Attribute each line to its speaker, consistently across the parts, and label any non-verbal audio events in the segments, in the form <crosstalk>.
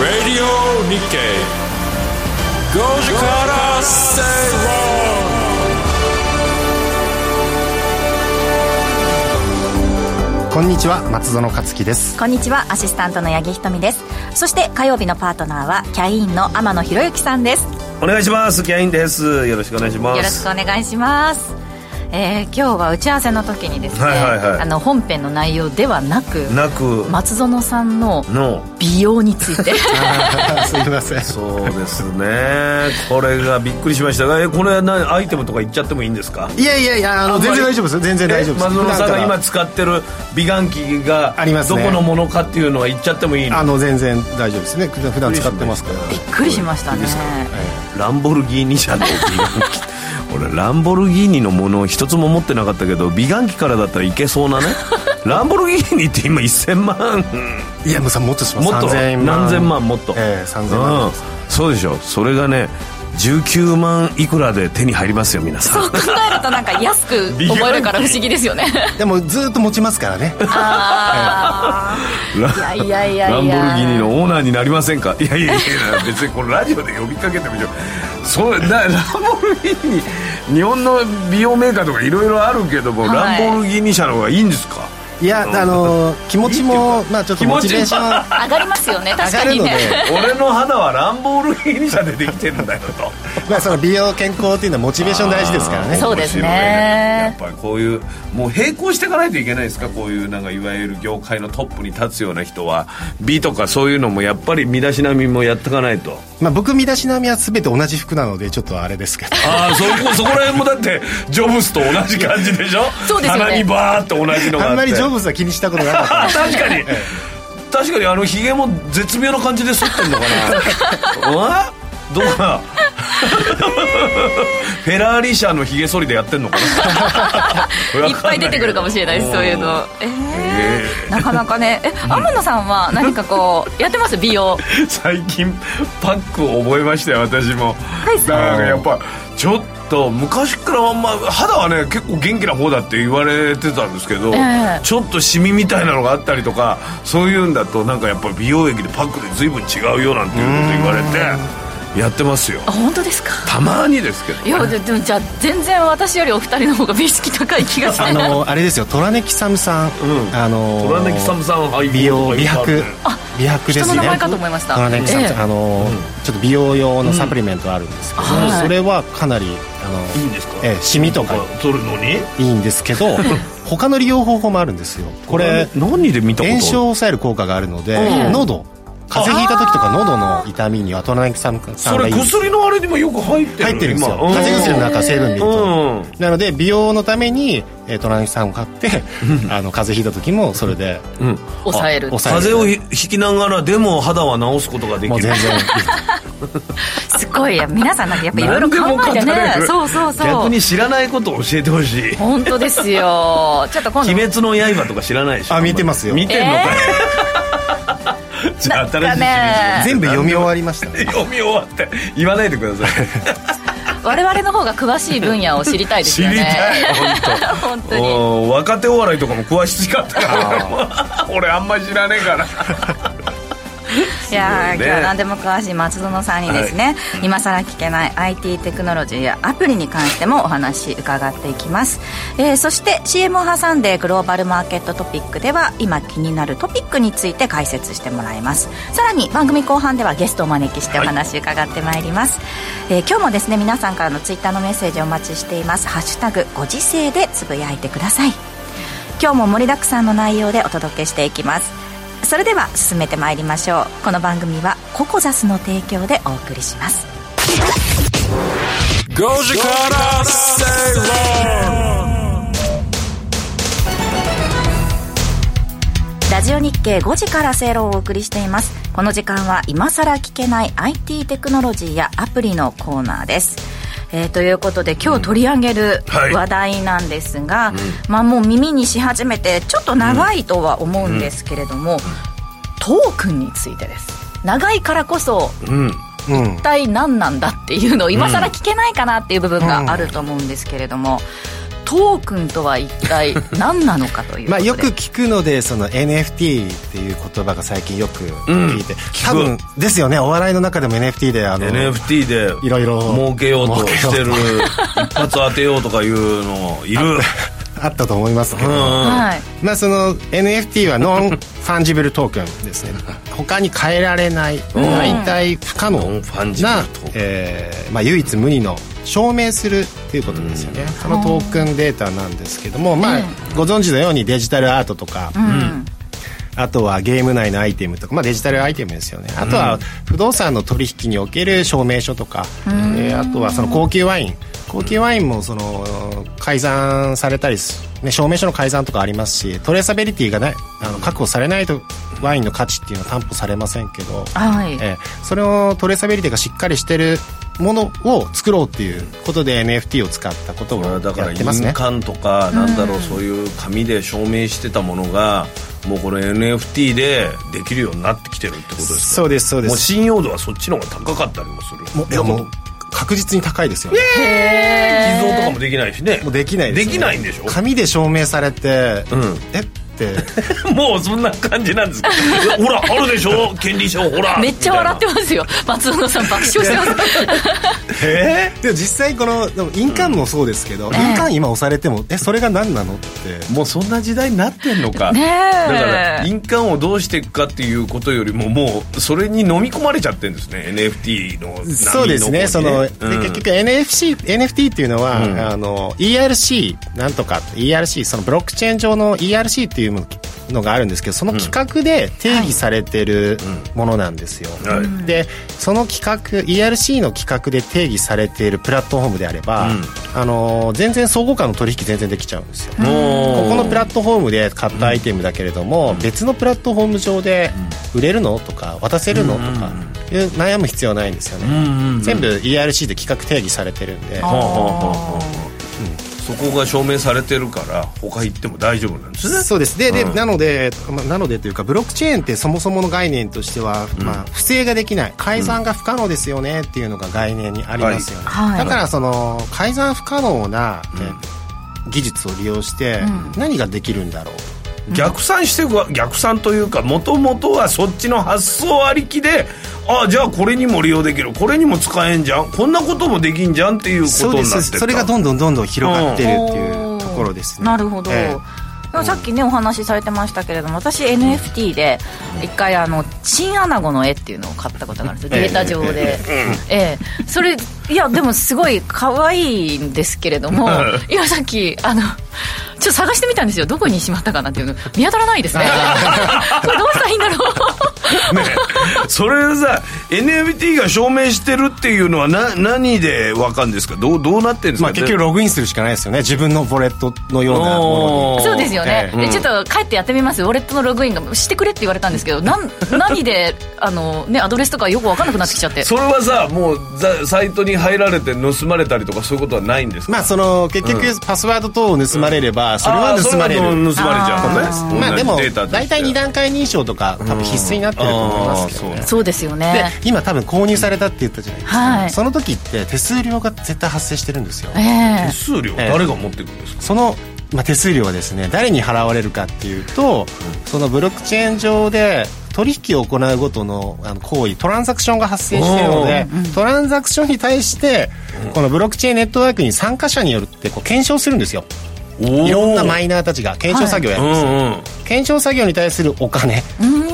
Speaker 1: Radio Nikkei 5時から正
Speaker 2: こんにちは松園克
Speaker 3: <laughs>
Speaker 2: 樹です
Speaker 4: こんにちはアシスタントの八木ひとみですそして火曜日のパートナーはキャインの天野博之さんですよ
Speaker 3: お願いしますキャインですよろしくお願いします
Speaker 4: ろしくお願いしますえー今日は打ち合わせの時にですね、
Speaker 3: はいはいはい
Speaker 4: あの本編の内容ではなく
Speaker 3: なく
Speaker 4: 松園さんの
Speaker 3: の
Speaker 4: 美容について <laughs>
Speaker 2: すいません
Speaker 3: そうですねこれがびっくりしましたがえこれは何アイテムとか言っちゃってもいいんですか
Speaker 2: いやいやいやあの全然大丈夫ですよ全然大丈夫です
Speaker 3: え松本さんが
Speaker 2: 普段から
Speaker 3: 今使ってる美顔器が
Speaker 2: あります
Speaker 3: ど
Speaker 2: ね
Speaker 3: このものかっていうのは言っちゃってもいいの
Speaker 2: あの全然大丈夫ですね普段普段使ってますから
Speaker 4: びっくりしましたね
Speaker 3: ランボルギーニ社の美顔器俺ランボルギーニのものを一つも持ってなかったけど美顔器からだったらいけそうなねランボルギーニって今1000万
Speaker 2: いやもうさもっとします
Speaker 3: もっと
Speaker 2: 3000
Speaker 3: 何千万もっと、
Speaker 2: ええ3000
Speaker 3: う
Speaker 2: 万
Speaker 3: んそうでしょそれがね19万いくらで手に入りますよ皆さん
Speaker 4: 考えるとなんか安く思えるから不思議ですよね
Speaker 2: でもずっと持ちます
Speaker 3: <laughs>
Speaker 2: からね
Speaker 4: あ
Speaker 3: ラ
Speaker 4: ーいやいやいやいや
Speaker 3: ランボルギーニのオーナーになりません <laughs> かいやいやいやいや別にこのラジオで呼びかけてみようそれなランボルギーニ日本の美容メーカーとかいろいろあるけども、
Speaker 4: はい
Speaker 3: ランボルギーニ社の方がいい
Speaker 4: <laughs>
Speaker 3: んですか
Speaker 2: いやあの気持ちもまあちょっとモチベーション上
Speaker 4: ー <laughs> 上がりますよね確
Speaker 2: が
Speaker 4: か
Speaker 2: る
Speaker 4: に
Speaker 2: ので
Speaker 4: ね
Speaker 3: 俺の肌はランボルギーニ社でできてるんだよと
Speaker 2: まあその美容健康っていうのはモチベーション大事ですからね
Speaker 4: そうですね
Speaker 3: 面白いやっぱりこういうもう並行していかないといけないですかこういうなんかいわゆる業界のトップに立つような人は美とかそういうのもやっぱり身だしなみもやっていかないと
Speaker 2: まあ僕身だしなみは全て同じ服なのでちょっとあれですけど
Speaker 3: ああそこ <laughs> そこら辺もだってジョブズと同じ感じでしょ
Speaker 4: そうですよね
Speaker 3: 鼻にバーっと同じのがあって
Speaker 2: あんまりジョブズは気にしたことなかった
Speaker 3: あ確
Speaker 2: <laughs>
Speaker 3: かに確かにあのヒゲも絶妙な感じで剃ってんの
Speaker 2: <laughs>
Speaker 3: かなうん <laughs> どうかなフェラーリ社のヒゲ剃りでやってんのかな
Speaker 4: いっぱい出てくるかもしれないですそういうのえーなかなかねえ天野さんは何かこうやって
Speaker 3: <laughs>
Speaker 4: ます美容
Speaker 3: 最近パックを覚えましたよ私も、
Speaker 4: いそう
Speaker 3: だからやっぱちょっと昔からあんま肌はね結構元気な方だって言われてたんですけど、
Speaker 4: ええ
Speaker 3: ちょっとシミみたいなのがあったりとかそういうんだとなんかやっぱ美容液でパックで随分違うよなんていうこと言われてやってますよ
Speaker 4: あ本当ですか
Speaker 3: たまにですけど
Speaker 4: いやででもじゃあ全然私よりお二人の方が美意識高い気
Speaker 3: <laughs>
Speaker 4: がして
Speaker 2: あのあれですよ虎根木サムさん、
Speaker 3: うん
Speaker 2: あの
Speaker 3: 虎根木サムさんはい
Speaker 2: 美容美白
Speaker 4: あ
Speaker 2: 美白ですね
Speaker 4: 人の名前かと思いました
Speaker 2: 虎根木サムさん、
Speaker 4: ええ
Speaker 2: あのちょっと美容用のサプリメントあるんですけど、
Speaker 4: はい
Speaker 2: それはかなりあの
Speaker 3: いいんですか
Speaker 2: ええシミとか
Speaker 3: 取るのに
Speaker 2: いいんですけど他の利用方法もあるんですよこれ
Speaker 3: 何で見たこと
Speaker 2: 炎症を抑える効果があるので、
Speaker 3: うん
Speaker 2: 喉風邪ひいた時とか喉の痛みには虎根木サムさ
Speaker 3: そ
Speaker 2: んが
Speaker 3: れ
Speaker 2: いいんです
Speaker 3: 薬のあれにもよく入ってる
Speaker 2: 入ってるんですよ
Speaker 3: 今うん
Speaker 2: 風邪薬の中成分でいると、
Speaker 3: う
Speaker 2: なので美容のために、えー、トランキさんを買ってあの風邪ひいた時もそれで
Speaker 3: うん
Speaker 4: 抑える
Speaker 2: 抑
Speaker 3: 風邪をひひきながらでも肌は治すことがで
Speaker 2: も
Speaker 3: き
Speaker 2: う
Speaker 3: る
Speaker 2: 全然
Speaker 4: すごいや皆さんなんかやっぱいろいろ考えて
Speaker 3: 何で
Speaker 4: ね
Speaker 3: も
Speaker 4: そうそうそ
Speaker 3: 逆
Speaker 4: う
Speaker 3: に知らないことを教えてほしい「
Speaker 4: 本当ですよちょっと今
Speaker 3: 鬼
Speaker 4: 度
Speaker 3: 滅の刃」とか知らないでしょ
Speaker 2: あ見てますよ
Speaker 3: 見てんのかよ、じゃあ新しいシリーズ
Speaker 2: <laughs> 全部読み終わりましたね
Speaker 3: 読み終わって言わないでください
Speaker 4: 我々の方が詳しい分野を知りたいですよね
Speaker 3: 知りたい
Speaker 4: <laughs> 本当に
Speaker 3: うん若手お笑いとかも詳しかったから <laughs> 俺あんまり知らねえから
Speaker 4: いやー
Speaker 3: すごいね
Speaker 4: 今日は何でも詳しい松園さんにですね、今更聞けない IT テクノロジーやアプリに関してもお話伺っていきます、えーそして CM を挟んでグローバルマーケットトピックでは今気になるトピックについて解説してもらいますさらに番組後半ではゲストをお招きしてお話伺ってまいります、えー今日もですね皆さんからのツイッターのメッセージをお待ちしています「ハッシュタグご時世」でつぶやいてください今日も盛りだくさんの内容でお届けしていきますそれでは進めてまいりましょうこの番組はココザスの提供でお送りします
Speaker 1: 論5時から正論
Speaker 4: ラジオ日経5時から正論をお送りしていますこの時間は今さら聞けない IT テクノロジーやアプリのコーナーですえーということで今日取り上げる
Speaker 3: はい
Speaker 4: 話題なんですが、まあもう耳にし始めてちょっと長いとは思うんですけれども、トークンについてです長いからこそ
Speaker 3: うん
Speaker 2: うん
Speaker 4: 一体何なんだっていうのを今更聞けないかなっていう部分があると思うんですけれども、トークンとは一体何なのかということで
Speaker 2: まあ、よく聞くのでその NFT っていう言葉が最近よく聞いて、多分ですよねお笑いの中でも NFT であの
Speaker 3: NFT で
Speaker 2: いろいろ
Speaker 3: 儲けようとしてる
Speaker 2: 儲
Speaker 3: 一発当てようとかいうのい <laughs> る
Speaker 2: あったと思いますけど、
Speaker 4: はい、
Speaker 2: まあ、その NFT はノンファンジブルトークンで
Speaker 3: <laughs>
Speaker 2: すね他に変えられない代替不可能
Speaker 3: ノンファンジブル
Speaker 2: な
Speaker 3: トークン、
Speaker 2: えーまあ、唯一無二の証明するっていうことですよね、そのトークンデータなんですけども、まあ、ご存知のようにデジタルアートとか、
Speaker 4: うん
Speaker 2: あとはゲーム内のアイテムとか、まあ、デジタルアイテムですよねあとは不動産の取引における証明書とか、えーあとはその高級ワイン高級ワインもその改ざんされたりす、ね、証明書の改ざんとかありますしトレーサビリティがないあの確保されないとワインの価値っていうのは担保されませんけど、
Speaker 4: はい
Speaker 2: えーそれをトレーサビリティがしっかりしてるものを作ろうっていうことで NFT を使ったことを
Speaker 3: ま
Speaker 2: や
Speaker 3: あだから
Speaker 2: ってますね
Speaker 3: 印鑑とかなんだろうそういう紙で証明してたものがもうこれ NFT でできるようになってきてるってことですか
Speaker 2: そうですそうで
Speaker 3: もう
Speaker 2: す
Speaker 3: 信用度はそっちの方が高かったりもする
Speaker 2: もういやもう確実に高いですよね
Speaker 3: 偽造とかもできないしね
Speaker 2: もうできない
Speaker 3: ですきないんでしょ
Speaker 2: 紙で証明されて、えって
Speaker 3: <laughs> もうそんな感じなんです <laughs> けどほらあるでしょ権利書ほら
Speaker 4: めっちゃ笑って
Speaker 3: ま
Speaker 4: ますよ松野さん爆笑してます
Speaker 3: す <laughs> え
Speaker 2: でも実際このでも印鑑もそうですけど、印鑑今押されてもえそれが何なのって
Speaker 3: ーもうそんな時代になってんのか
Speaker 4: ねえ
Speaker 3: だから印鑑をどうしていくかっていうことよりももうそれに飲み込まれちゃってるんですね NFT の波の方に
Speaker 2: そうですねその、
Speaker 3: うん
Speaker 2: で結局 NFC NFT っていうのは、あの ERC なんとか ERC そのブロックチェーン上の ERC っていうのがあるんですけどその規格で定義されてるものなんですよ、
Speaker 3: はい
Speaker 2: でその規格 ERC の規格で定義されているプラットフォームであれば、
Speaker 3: うん
Speaker 2: あの全然相互間の取引全然できちゃうんですよ
Speaker 3: もう
Speaker 2: ここのプラットフォームで買ったアイテムだけれども、別のプラットフォーム上で売れるのとか渡せるのとかいう悩む必要ないんですよね、全部 ERC で企画定義されてるんで
Speaker 3: はあはあはあはあそこが証明されてるから他行っても大丈夫なんですね
Speaker 2: そうですでで、
Speaker 3: うん
Speaker 2: なので、まあなのでというかブロックチェーンってそもそもの概念としては、まあ、不正ができない改ざんが不可能ですよねっていうのが概念にありますよね、
Speaker 4: はい
Speaker 2: だからその改ざん不可能な、え技術を利用して何ができるんだろうと
Speaker 3: 逆算していくわ逆算というかもともとはそっちの発想ありきでああじゃあこれにも利用できるこれにも使えんじゃんこんなこともできんじゃんっていうこ
Speaker 2: そ
Speaker 3: と
Speaker 2: う
Speaker 3: にな
Speaker 2: で
Speaker 3: ってった
Speaker 2: すそれがどんどんどんどん広がってるっていうところです
Speaker 4: <laughs>
Speaker 2: ね、
Speaker 4: なるほど、
Speaker 2: ええ
Speaker 4: でもさっきねお話しされてましたけれども私 NFT で一回あのチンアナゴの絵っていうのを買ったことがあるんですよ
Speaker 2: ええ
Speaker 4: データ上でええそれいやでもすごい可愛いんですけれどもいやさっきあのちょっと探してみたんですよどこにしまったかなっていうの見当たらないですね
Speaker 2: <laughs>
Speaker 4: これどうしたらいいんだろう
Speaker 3: ね <laughs> それさ NFT が証明してるっていうのはな何でわかるんですかどうどうなってんですか、
Speaker 2: まあ、結局ログインするしかないですよね自分のボレットのようなもの
Speaker 3: おー
Speaker 4: そうですよね、
Speaker 2: え
Speaker 4: でちょっと帰ってやってみますウォレットのログインがしてくれって言われたんですけどなん何であのねアドレスとかよく分かんなくなってきちゃって
Speaker 3: それはさもうざサイトに入られて盗まれたりとかそういうことはないんです
Speaker 2: に
Speaker 3: か、
Speaker 2: まあその結局パスワード等を盗まれればそれは盗まれる
Speaker 3: あーそれは盗まれちゃうのね
Speaker 2: まあで
Speaker 3: 同
Speaker 2: も
Speaker 3: じデータとして
Speaker 2: 大体2段階認証とか多分必須になってると思いますけど
Speaker 3: あー
Speaker 2: ね
Speaker 4: そうですよ
Speaker 2: で
Speaker 4: ね
Speaker 2: 今多分購入されたって言ったじゃないですか、
Speaker 4: はい
Speaker 2: その時って手数料が絶対発生してるんですよ
Speaker 4: ええ
Speaker 3: 手数料
Speaker 2: ええ
Speaker 3: 誰が持ってくんですか、
Speaker 2: その、まあ、手数料はですね誰に払われるかっていうと、そのブロックチェーン上で取引を行うごとのあの行為トランザクションが発生しているのでトランザクションに対してこのブロックチェーンネットワークに参加者によってこう検証するんですよいろんなマ
Speaker 3: イ
Speaker 2: イナーたちが検証作業をや
Speaker 3: う
Speaker 2: るん
Speaker 3: ん
Speaker 2: ですよ、
Speaker 3: うん
Speaker 2: 検証作業に対するお金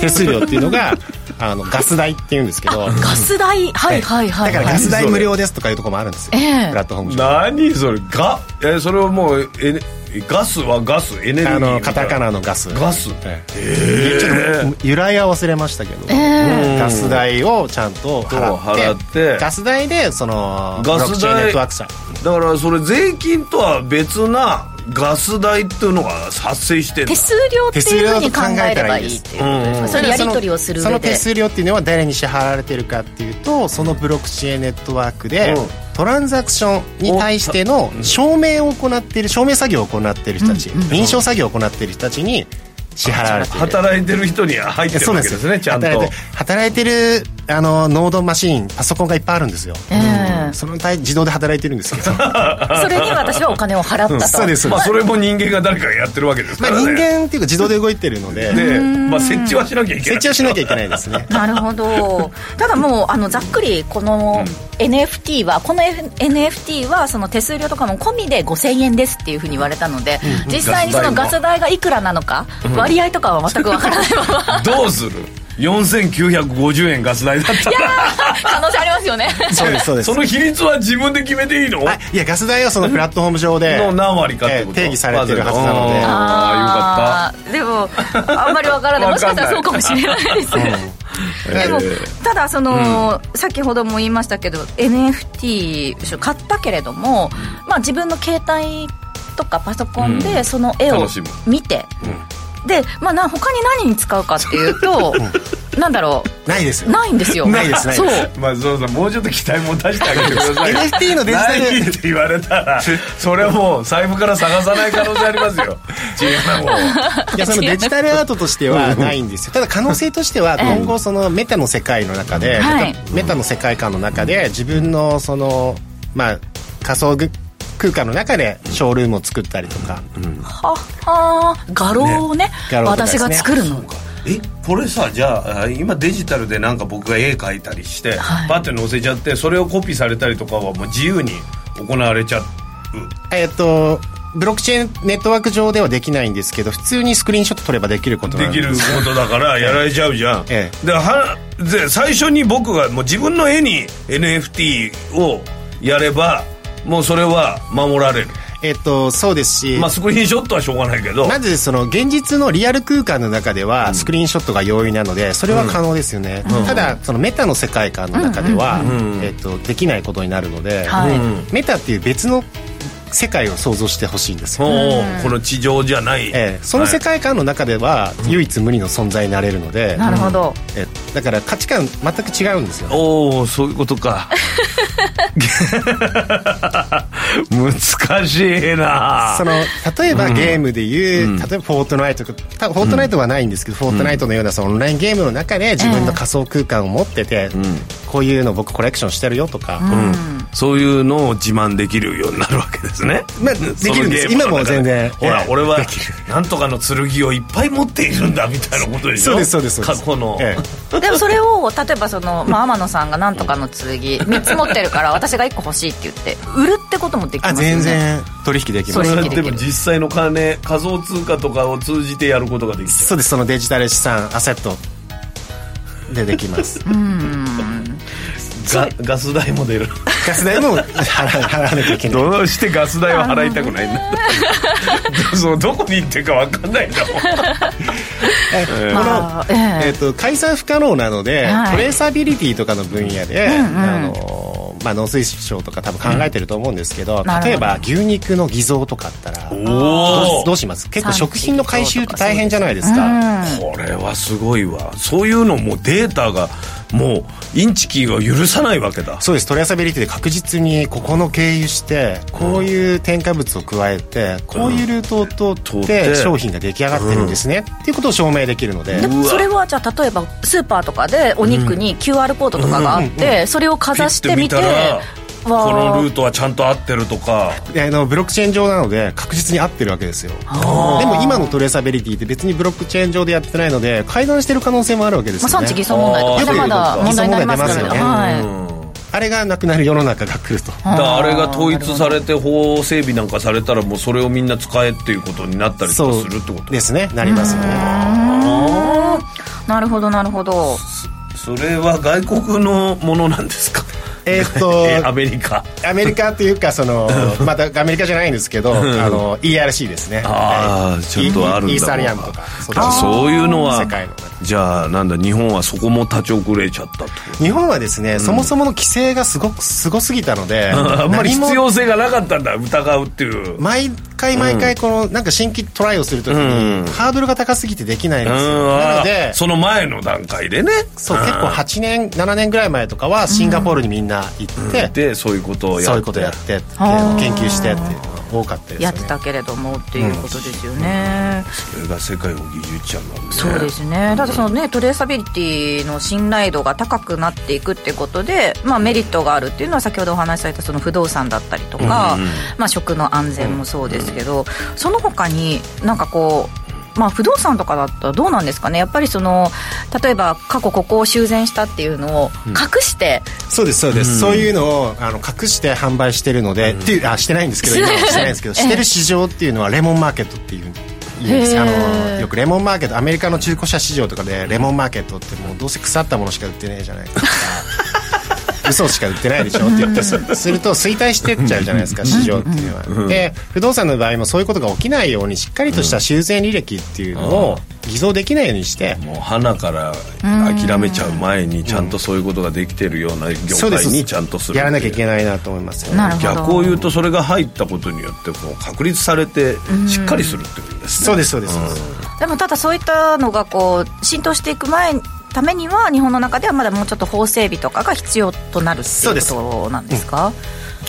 Speaker 2: 手数料っていうのがあのガス代っていうんですけど
Speaker 4: ガス代はいはいはい、は
Speaker 2: だ
Speaker 4: い、
Speaker 2: からガス代無料ですとかいうところもあるんですよ、
Speaker 4: ええ
Speaker 2: プラットフォーム上
Speaker 3: 何それガえそれはもうエネガスはガスエネルギー
Speaker 2: あ
Speaker 3: みたいな
Speaker 2: のカタカナのガス
Speaker 3: ガス
Speaker 2: ええちょっと由来は忘れましたけど、
Speaker 4: え
Speaker 2: ガス代をちゃんと払って
Speaker 3: 払って
Speaker 2: ガス代でその
Speaker 3: ガス代
Speaker 2: ブロックチェーンネットワークさん
Speaker 3: だからそれ税金とは別なガス代っていうのが発生してんだ
Speaker 4: 手数料っていうふうに考えればいいっていうことですかそれやり取りをする
Speaker 2: そ
Speaker 4: 上
Speaker 2: の手
Speaker 4: で
Speaker 2: 数料っていうのは誰に支払われてるかっていうとそのブロックチェーンネットワークで
Speaker 3: うん
Speaker 2: トランザクションに対しての証明を行っている証明作業を行っている人たち認証作業を行っている人たちに支払われている
Speaker 3: 働いてる人に入ってる
Speaker 2: そう
Speaker 3: わ
Speaker 2: なん
Speaker 3: け
Speaker 2: で
Speaker 3: ですす
Speaker 2: よ
Speaker 3: ねちゃんと
Speaker 2: 働いて働いてるあのノードマシーンパソコンがいっぱいあるんですよ、
Speaker 4: ええ
Speaker 2: その対自動で働いてるんですけど
Speaker 4: それに私はお金を払った
Speaker 2: うん
Speaker 4: と
Speaker 2: <laughs> そうですそう
Speaker 3: ま
Speaker 2: で
Speaker 3: あ
Speaker 2: す
Speaker 3: それも人間が誰かがやってるわけです
Speaker 2: ま
Speaker 3: か
Speaker 2: あ
Speaker 3: らね
Speaker 2: 人間っていうか自動で動いてるので
Speaker 3: で、まあ、設置はしなきゃいけ
Speaker 2: 設
Speaker 3: ない
Speaker 2: 置はしなきゃいけないですね
Speaker 4: <laughs> なるほどただもうあのざっくりこの NFT はこの F- NFT はその手数料とかも込みで5000円ですっていうふうに言われたので実際にそのガ
Speaker 3: ガ
Speaker 4: ス
Speaker 3: ス
Speaker 4: 代がいくらなのか割合とかは全くわからないま <laughs> ま
Speaker 3: どうする4950円ガス代だったら
Speaker 4: 可能性ありますよね
Speaker 2: そうですそうです
Speaker 3: その比率は自分で決めていいの、
Speaker 2: あいやガス代はそのプラットフォーム上で
Speaker 3: の何割かってこと、
Speaker 2: ええ定義されてるはずなので
Speaker 3: ああよかっ
Speaker 4: あーでもあんまりわからないもしかしたらそうかもしれないです
Speaker 3: た
Speaker 4: でも
Speaker 3: ええ
Speaker 4: ただその、先ほども言いましたけど NFT 買ったけれども、まあ、自分の携帯とかパソコンでその絵を
Speaker 3: 楽しむ
Speaker 4: 見て、で、まあ、な他に何に使うかっていうと、なんだろ
Speaker 2: ないです
Speaker 4: う
Speaker 2: よ
Speaker 4: ないんですよ
Speaker 2: ないですないです
Speaker 4: そう
Speaker 3: まあ、そうそうもうちょっと期待持たせてあげてくだ <laughs> さい
Speaker 2: NFT のデジタル
Speaker 3: ないって言われた <laughs> らそれはもう財布から探さない可能性ありますよ違うも <laughs>
Speaker 2: いやそのデジタルアートとしてはないんですよただ可能性としては今後そのメタの世界の中で、
Speaker 4: はい
Speaker 2: メタの世界観の中で自分のそのまあ仮想空間の中でショールームを作ったりとか、
Speaker 4: はは画廊をね
Speaker 2: 画廊とかです
Speaker 4: 私
Speaker 2: ね
Speaker 4: が作るの
Speaker 3: えこれさじゃああ今デジタルでなんか僕が絵描いたりして、
Speaker 4: はい
Speaker 3: パッて載せちゃってそれをコピーされたりとかはもう自由に行われちゃう
Speaker 2: えっとブロックチェーンネットワーク上ではできないんですけど普通にスクリーンショット撮ればできること
Speaker 3: で
Speaker 2: なん
Speaker 3: き
Speaker 2: で
Speaker 3: ることだ
Speaker 2: <laughs>
Speaker 3: からやられちゃうじゃん、
Speaker 2: え
Speaker 3: ではで最初に僕がもう自分の絵に NFT をやればもうそれは守られる、
Speaker 2: えっとそうですし、
Speaker 3: まあ、スクリーンショットはしょうがないけど
Speaker 2: まずその現実のリアル空間の中ではスクリーンショットが容易なのでそれは可能ですよね、ただそのメタの世界観の中では、えっとできないことになるので、
Speaker 4: はい
Speaker 2: うんメタっていう別の世界を想像してほしいんです
Speaker 3: も
Speaker 2: よ、
Speaker 3: うこの地上じゃない、
Speaker 2: ええその世界観の中では唯一無二の存在になれるので、
Speaker 4: なるほど、
Speaker 2: えだから価値観全く違うんですよ
Speaker 3: おおそういうこと
Speaker 2: <laughs>
Speaker 3: か <laughs> 難しいな
Speaker 2: その例えばゲームでいう、例えばフォートナイトとか多分フォートナイトはないんですけど、フォートナイトのようなそのオンラインゲームの中で自分の仮想空間を持ってて、こういうの僕コレクションしてるよとか、
Speaker 3: うんそういうのを自慢できるようになるわけですね。
Speaker 2: まあできるんです
Speaker 3: そのゲームの中
Speaker 2: 今も全然
Speaker 3: ほら、
Speaker 2: ええ
Speaker 3: 俺は
Speaker 2: できる
Speaker 3: なんとかの剣をいっぱい持っているんだみたいなことでしょ。
Speaker 2: そうですそうですそうで
Speaker 3: 過
Speaker 2: す
Speaker 3: 去の。
Speaker 2: え
Speaker 4: でもそれを例えばその、まあ、天野さんがなんとかの剣3つ持ってるから私が1個欲しいって言って売るってこともでき
Speaker 2: え
Speaker 4: ま
Speaker 2: あ
Speaker 4: すよ
Speaker 2: 全
Speaker 4: ね
Speaker 2: 然取引でき
Speaker 4: そ
Speaker 2: ま
Speaker 4: う
Speaker 2: す
Speaker 3: それは
Speaker 4: で
Speaker 3: で
Speaker 4: きる
Speaker 3: も実際の金仮想通貨とかを通じてやることができちゃう
Speaker 2: そうですそのデジタル資産アセットでできます <laughs>
Speaker 3: ガガス代も出る
Speaker 2: ガス代も払わ払わなきゃいけない
Speaker 3: <laughs> どうしてガス代は払いたくないんだそのどこに行ってるか分かんないんだもん
Speaker 2: えこ
Speaker 4: まあ
Speaker 2: の、
Speaker 4: ええ
Speaker 2: えっと改ざん不可能なので、
Speaker 4: はい
Speaker 2: トレーサビリティとかの分野で、あのまあ、農水省とか多分考えてると思うんですけど、
Speaker 4: なるほど
Speaker 2: 例えば牛肉の偽造とかあったら
Speaker 3: お
Speaker 2: ど
Speaker 3: お
Speaker 2: うどうします結構食品の回収って大変じゃないですか、
Speaker 3: これはすごいわそういうのもデータがもうインチキが許さないわけだ
Speaker 2: そうですトレーサビリティで確実にここの経由してこういう添加物を加えてこういうルートを通っ
Speaker 3: 通って
Speaker 2: て商品が出来上がってるんですね、っていうことを証明できるので
Speaker 4: でそれはじゃあ例えばスーパーとかでお肉に QR コードとかがあってそれをかざしてみて
Speaker 3: ピッて見たら
Speaker 4: わ
Speaker 3: こ
Speaker 4: ー
Speaker 3: のルートはちゃんと合ってるとか
Speaker 2: であのブロックチェーン上なので確実に合ってるわけですよでも今のトレーサビリティって別にブロックチェーン上でやってないので改ざんしてる可能性もあるわけです
Speaker 4: まあ、
Speaker 2: よ
Speaker 4: 産
Speaker 2: ね、
Speaker 4: 地偽装問題とかまだまだ問題になりますけれど、
Speaker 2: 偽装問
Speaker 4: は
Speaker 2: 題
Speaker 4: い、
Speaker 2: あれがなくなる世の中が来ると
Speaker 3: だからあれが統一されて法整備なんかされたらもうそれをみんな使えっていうことになったりとかするってこと
Speaker 2: ですねなりますよね
Speaker 4: なるほどなるほど
Speaker 3: それは外国のものなんですか
Speaker 2: えーっ
Speaker 3: えア
Speaker 2: と
Speaker 3: メリカ
Speaker 2: アメリカというかそのまたアメリカじゃないんですけどあの ERC ですね
Speaker 3: あー
Speaker 2: はい
Speaker 3: ちょっとあるんだ
Speaker 2: イーサリアムとかそっち
Speaker 3: あそういうのは
Speaker 2: 世界の
Speaker 3: じゃあなんだ日本はそこも立ち遅れちゃったってこと
Speaker 2: 日本はですね、そもそもの規制がすごくすごすぎたので
Speaker 3: <laughs> あんまり
Speaker 2: 何も
Speaker 3: 必要性がなかったんだ疑うっていう
Speaker 2: 毎回毎回このなんか新規トライをするときにハードルが高すぎてできないんですよ、
Speaker 3: うん
Speaker 2: なの
Speaker 3: あ
Speaker 2: で
Speaker 3: その前の段階でね
Speaker 2: そう結構8年7年ぐらい前とかはシンガポールにみんな行って、
Speaker 3: でそういうことをやって
Speaker 2: そういうことやってっていうのを研究してっていうのを多かったですよね
Speaker 4: やってたけれどもっていうことですよね、
Speaker 3: それが世界を牛耳っちゃうんだもんね
Speaker 4: そうですねただそのねトレーサビリティの信頼度が高くなっていくってことで、まあ、メリットがあるっていうのは先ほどお話しされたその不動産だったりとか、まあ、食の安全もそうですけど、その他になんかこうまあ、不動産とかだったらどうなんですかねやっぱりその例えば過去ここを修繕したっていうのを隠して、
Speaker 2: そうですそうです、そういうのをあの隠して販売してるので、っていうあしてないんですけど今はしてないんですけどしてる市場っていうのはレモンマーケットっていう。いいです
Speaker 4: へ
Speaker 2: あ
Speaker 4: ー
Speaker 2: のよくレモンマーケットアメリカの中古車市場とかでレモンマーケットってもうどうせ腐ったものしか売ってねえじゃないですか嘘しか売ってないでしょって言ってすすると衰退してっちゃうじゃないですか市場っていうのはで不動産の場合もそういうことが起きないようにしっかりとした修繕履歴っていうのを偽造できないようにして
Speaker 3: もう花から諦めちゃう前にちゃんとそういうことができてるような業
Speaker 2: そうです
Speaker 3: 界にちゃんとする
Speaker 2: やらなきゃいけ
Speaker 3: ない
Speaker 2: ないなと思いますよね
Speaker 4: なるほど
Speaker 3: 逆を言うとそれが入ったことによってこう確立されてしっかりするってことです
Speaker 2: そ
Speaker 3: ね
Speaker 2: うですそうです、そうです
Speaker 4: でもただそういったのがこう浸透していく前ためには日本の中ではまだもうちょっと法整備とかが必要となるって
Speaker 2: そ
Speaker 4: いう
Speaker 2: うで
Speaker 4: こ
Speaker 2: す
Speaker 4: となんですか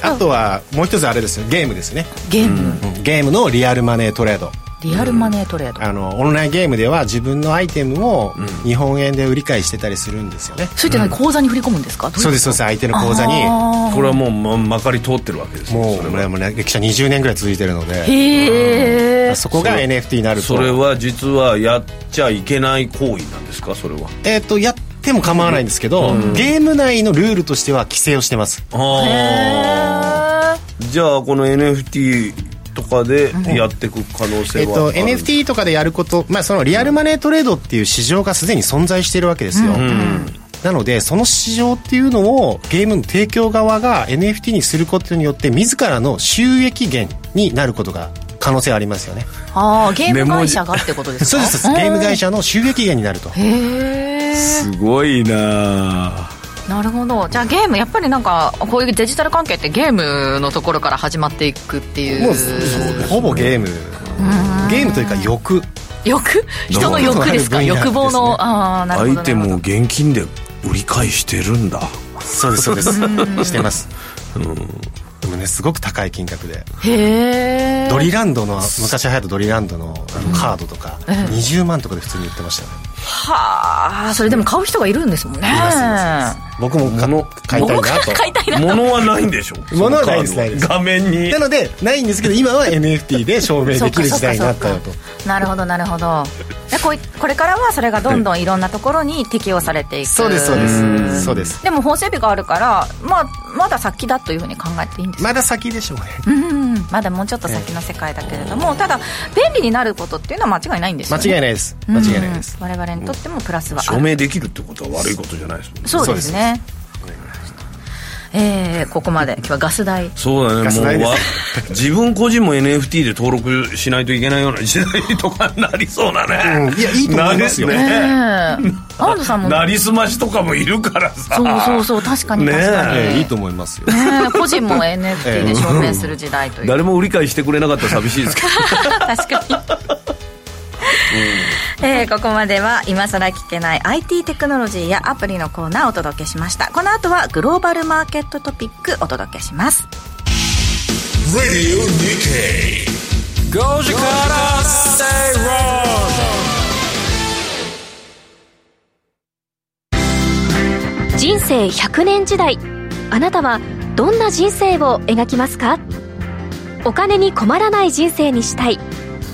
Speaker 2: あとはもう一つあれですよゲームですね、
Speaker 4: ゲーム、
Speaker 2: ゲームのリアルマネートレード
Speaker 4: リアルマネートレード、
Speaker 2: あのオンラインゲームでは自分のアイテムを日本円で売り買いしてたりするんですよね、
Speaker 4: それって何口座に振り込むんですかどい
Speaker 2: そうですそうです相手の口座に
Speaker 4: あ
Speaker 3: これはもうままかり通ってるわけですよ
Speaker 2: もう
Speaker 3: そ
Speaker 2: こ
Speaker 3: れ
Speaker 2: れ
Speaker 3: は
Speaker 2: もね歴史は20年ぐらい続いてるの
Speaker 4: ー
Speaker 2: で
Speaker 4: へえ
Speaker 2: そこが NFT になると
Speaker 3: それは実はやっちゃいけない行為なんですかそれは
Speaker 2: えっ、とやっても構わないんですけど、ゲーム内のルールとしては規制をしてます
Speaker 3: あーじゃあこの NFT とかでやっていく可能
Speaker 2: え
Speaker 3: 性
Speaker 2: っ
Speaker 3: はあ
Speaker 2: と、
Speaker 3: るんですか
Speaker 2: NFT とかでやること、まあ、そのリアルマネートレードっていう市場がすでに存在しているわけですよ、なのでその市場っていうのをゲームの提供側が NFT にすることによって自らの収益源になることが可能性あります <laughs> よね
Speaker 4: あーゲーム会社がってことですか
Speaker 2: そうですそうですゲーム会社の収益源になると
Speaker 4: へえ
Speaker 3: すごいなあ
Speaker 4: なるほどじゃあゲームやっぱりなんかこういうデジタル関係ってゲームのところから始まっていくっていう
Speaker 2: もうほぼゲームゲームというか欲
Speaker 4: 欲人の欲ですか
Speaker 2: なるほど
Speaker 4: 欲望の、
Speaker 2: 分
Speaker 4: ああなるほど
Speaker 3: 相手
Speaker 4: なる
Speaker 3: も
Speaker 4: ほ
Speaker 3: 現金で売り買いしてるんだ
Speaker 2: そうですそうですしてますでもねすごく高い金額で
Speaker 4: どへえ
Speaker 2: ドリランドの昔流行ったドリランドのあのカードとか、20万とかで普通に売ってましたね、
Speaker 4: はあそれでも買う人がいるんですもんね
Speaker 2: ますいま僕もか買いたい
Speaker 4: 僕
Speaker 2: な
Speaker 4: が
Speaker 2: と
Speaker 4: 買いたいな
Speaker 3: 物はないんでしょ
Speaker 2: 物 <laughs> はないです
Speaker 3: そのカード
Speaker 2: ないです
Speaker 3: 画面に
Speaker 2: なのでないんですけど今は NFT で証明できる時代になったよと
Speaker 4: そうかそうかそうかなるほどなるほどでこいこれからはそれがどんどんいろんなところに適用されていく
Speaker 2: そうですそうですそうです
Speaker 4: でも法整備があるから、まあ、まだ先だというふうに考えていいんですか
Speaker 2: まだ先でしょうね
Speaker 4: うんまだもうちょっと先の世界だけれども、ただ便利になることっていうのは間違いないんですよ、
Speaker 2: 間
Speaker 4: ね、
Speaker 2: 違い
Speaker 4: い
Speaker 2: ないです間違いないです、
Speaker 4: 我々にとってもプラスはあ
Speaker 3: 証
Speaker 4: る
Speaker 3: 明できるってことは悪いことじゃないですもんね
Speaker 4: そうですねえー、ここまで今日はガス代
Speaker 3: そうだね
Speaker 2: ガスない
Speaker 3: も
Speaker 2: で
Speaker 3: う
Speaker 2: す
Speaker 3: わ自分個人も NFT で登録しないといけないような時代とかになりそうだね、
Speaker 2: うんいやいいと思いますよ
Speaker 3: なる
Speaker 4: ええ
Speaker 3: ね
Speaker 4: 安藤さんも
Speaker 3: なりすましとかもいるからさ
Speaker 4: そうそうそう確かに確かに、
Speaker 3: ね
Speaker 2: ええいいと思いますよ
Speaker 4: ねえ個人も NFT で証明する時代という
Speaker 3: 誰も売り買いしてくれなかったら寂しいですけど
Speaker 4: 確かに、えーここまでは今さら聞けない IT テクノロジーやアプリのコーナーをお届けしましたこの後はグローバルマーケットトピックお届けします
Speaker 1: Radio Nikkei. Go Jakarta, stay wrong.
Speaker 5: 人生100年時代あなたはどんな人生を描きますかお金に困らない人生にしたい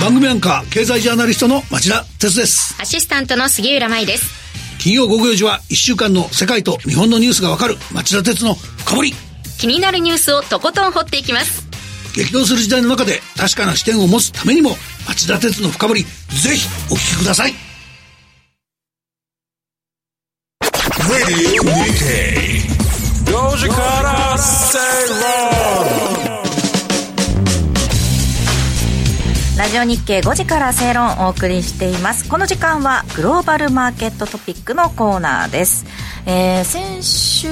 Speaker 6: 番組アンカー経済ジャーナリストの町田哲です
Speaker 7: アシスタントの杉浦舞です。
Speaker 6: 金曜午後4時は1週間の世界と日本のニュースがわかる町田哲の深掘り
Speaker 7: 気になるニュースをとことん掘っていきます。
Speaker 6: 激動する時代の中で確かな視点を持つためにも町田哲の深掘りぜひお聞きください
Speaker 1: Radio Nikkei. Go Jakarta, stay wrong.
Speaker 4: ラジオ日経5時から正論をお送りしていますこの時間はグローバルマーケットトピックのコーナーです、えー先週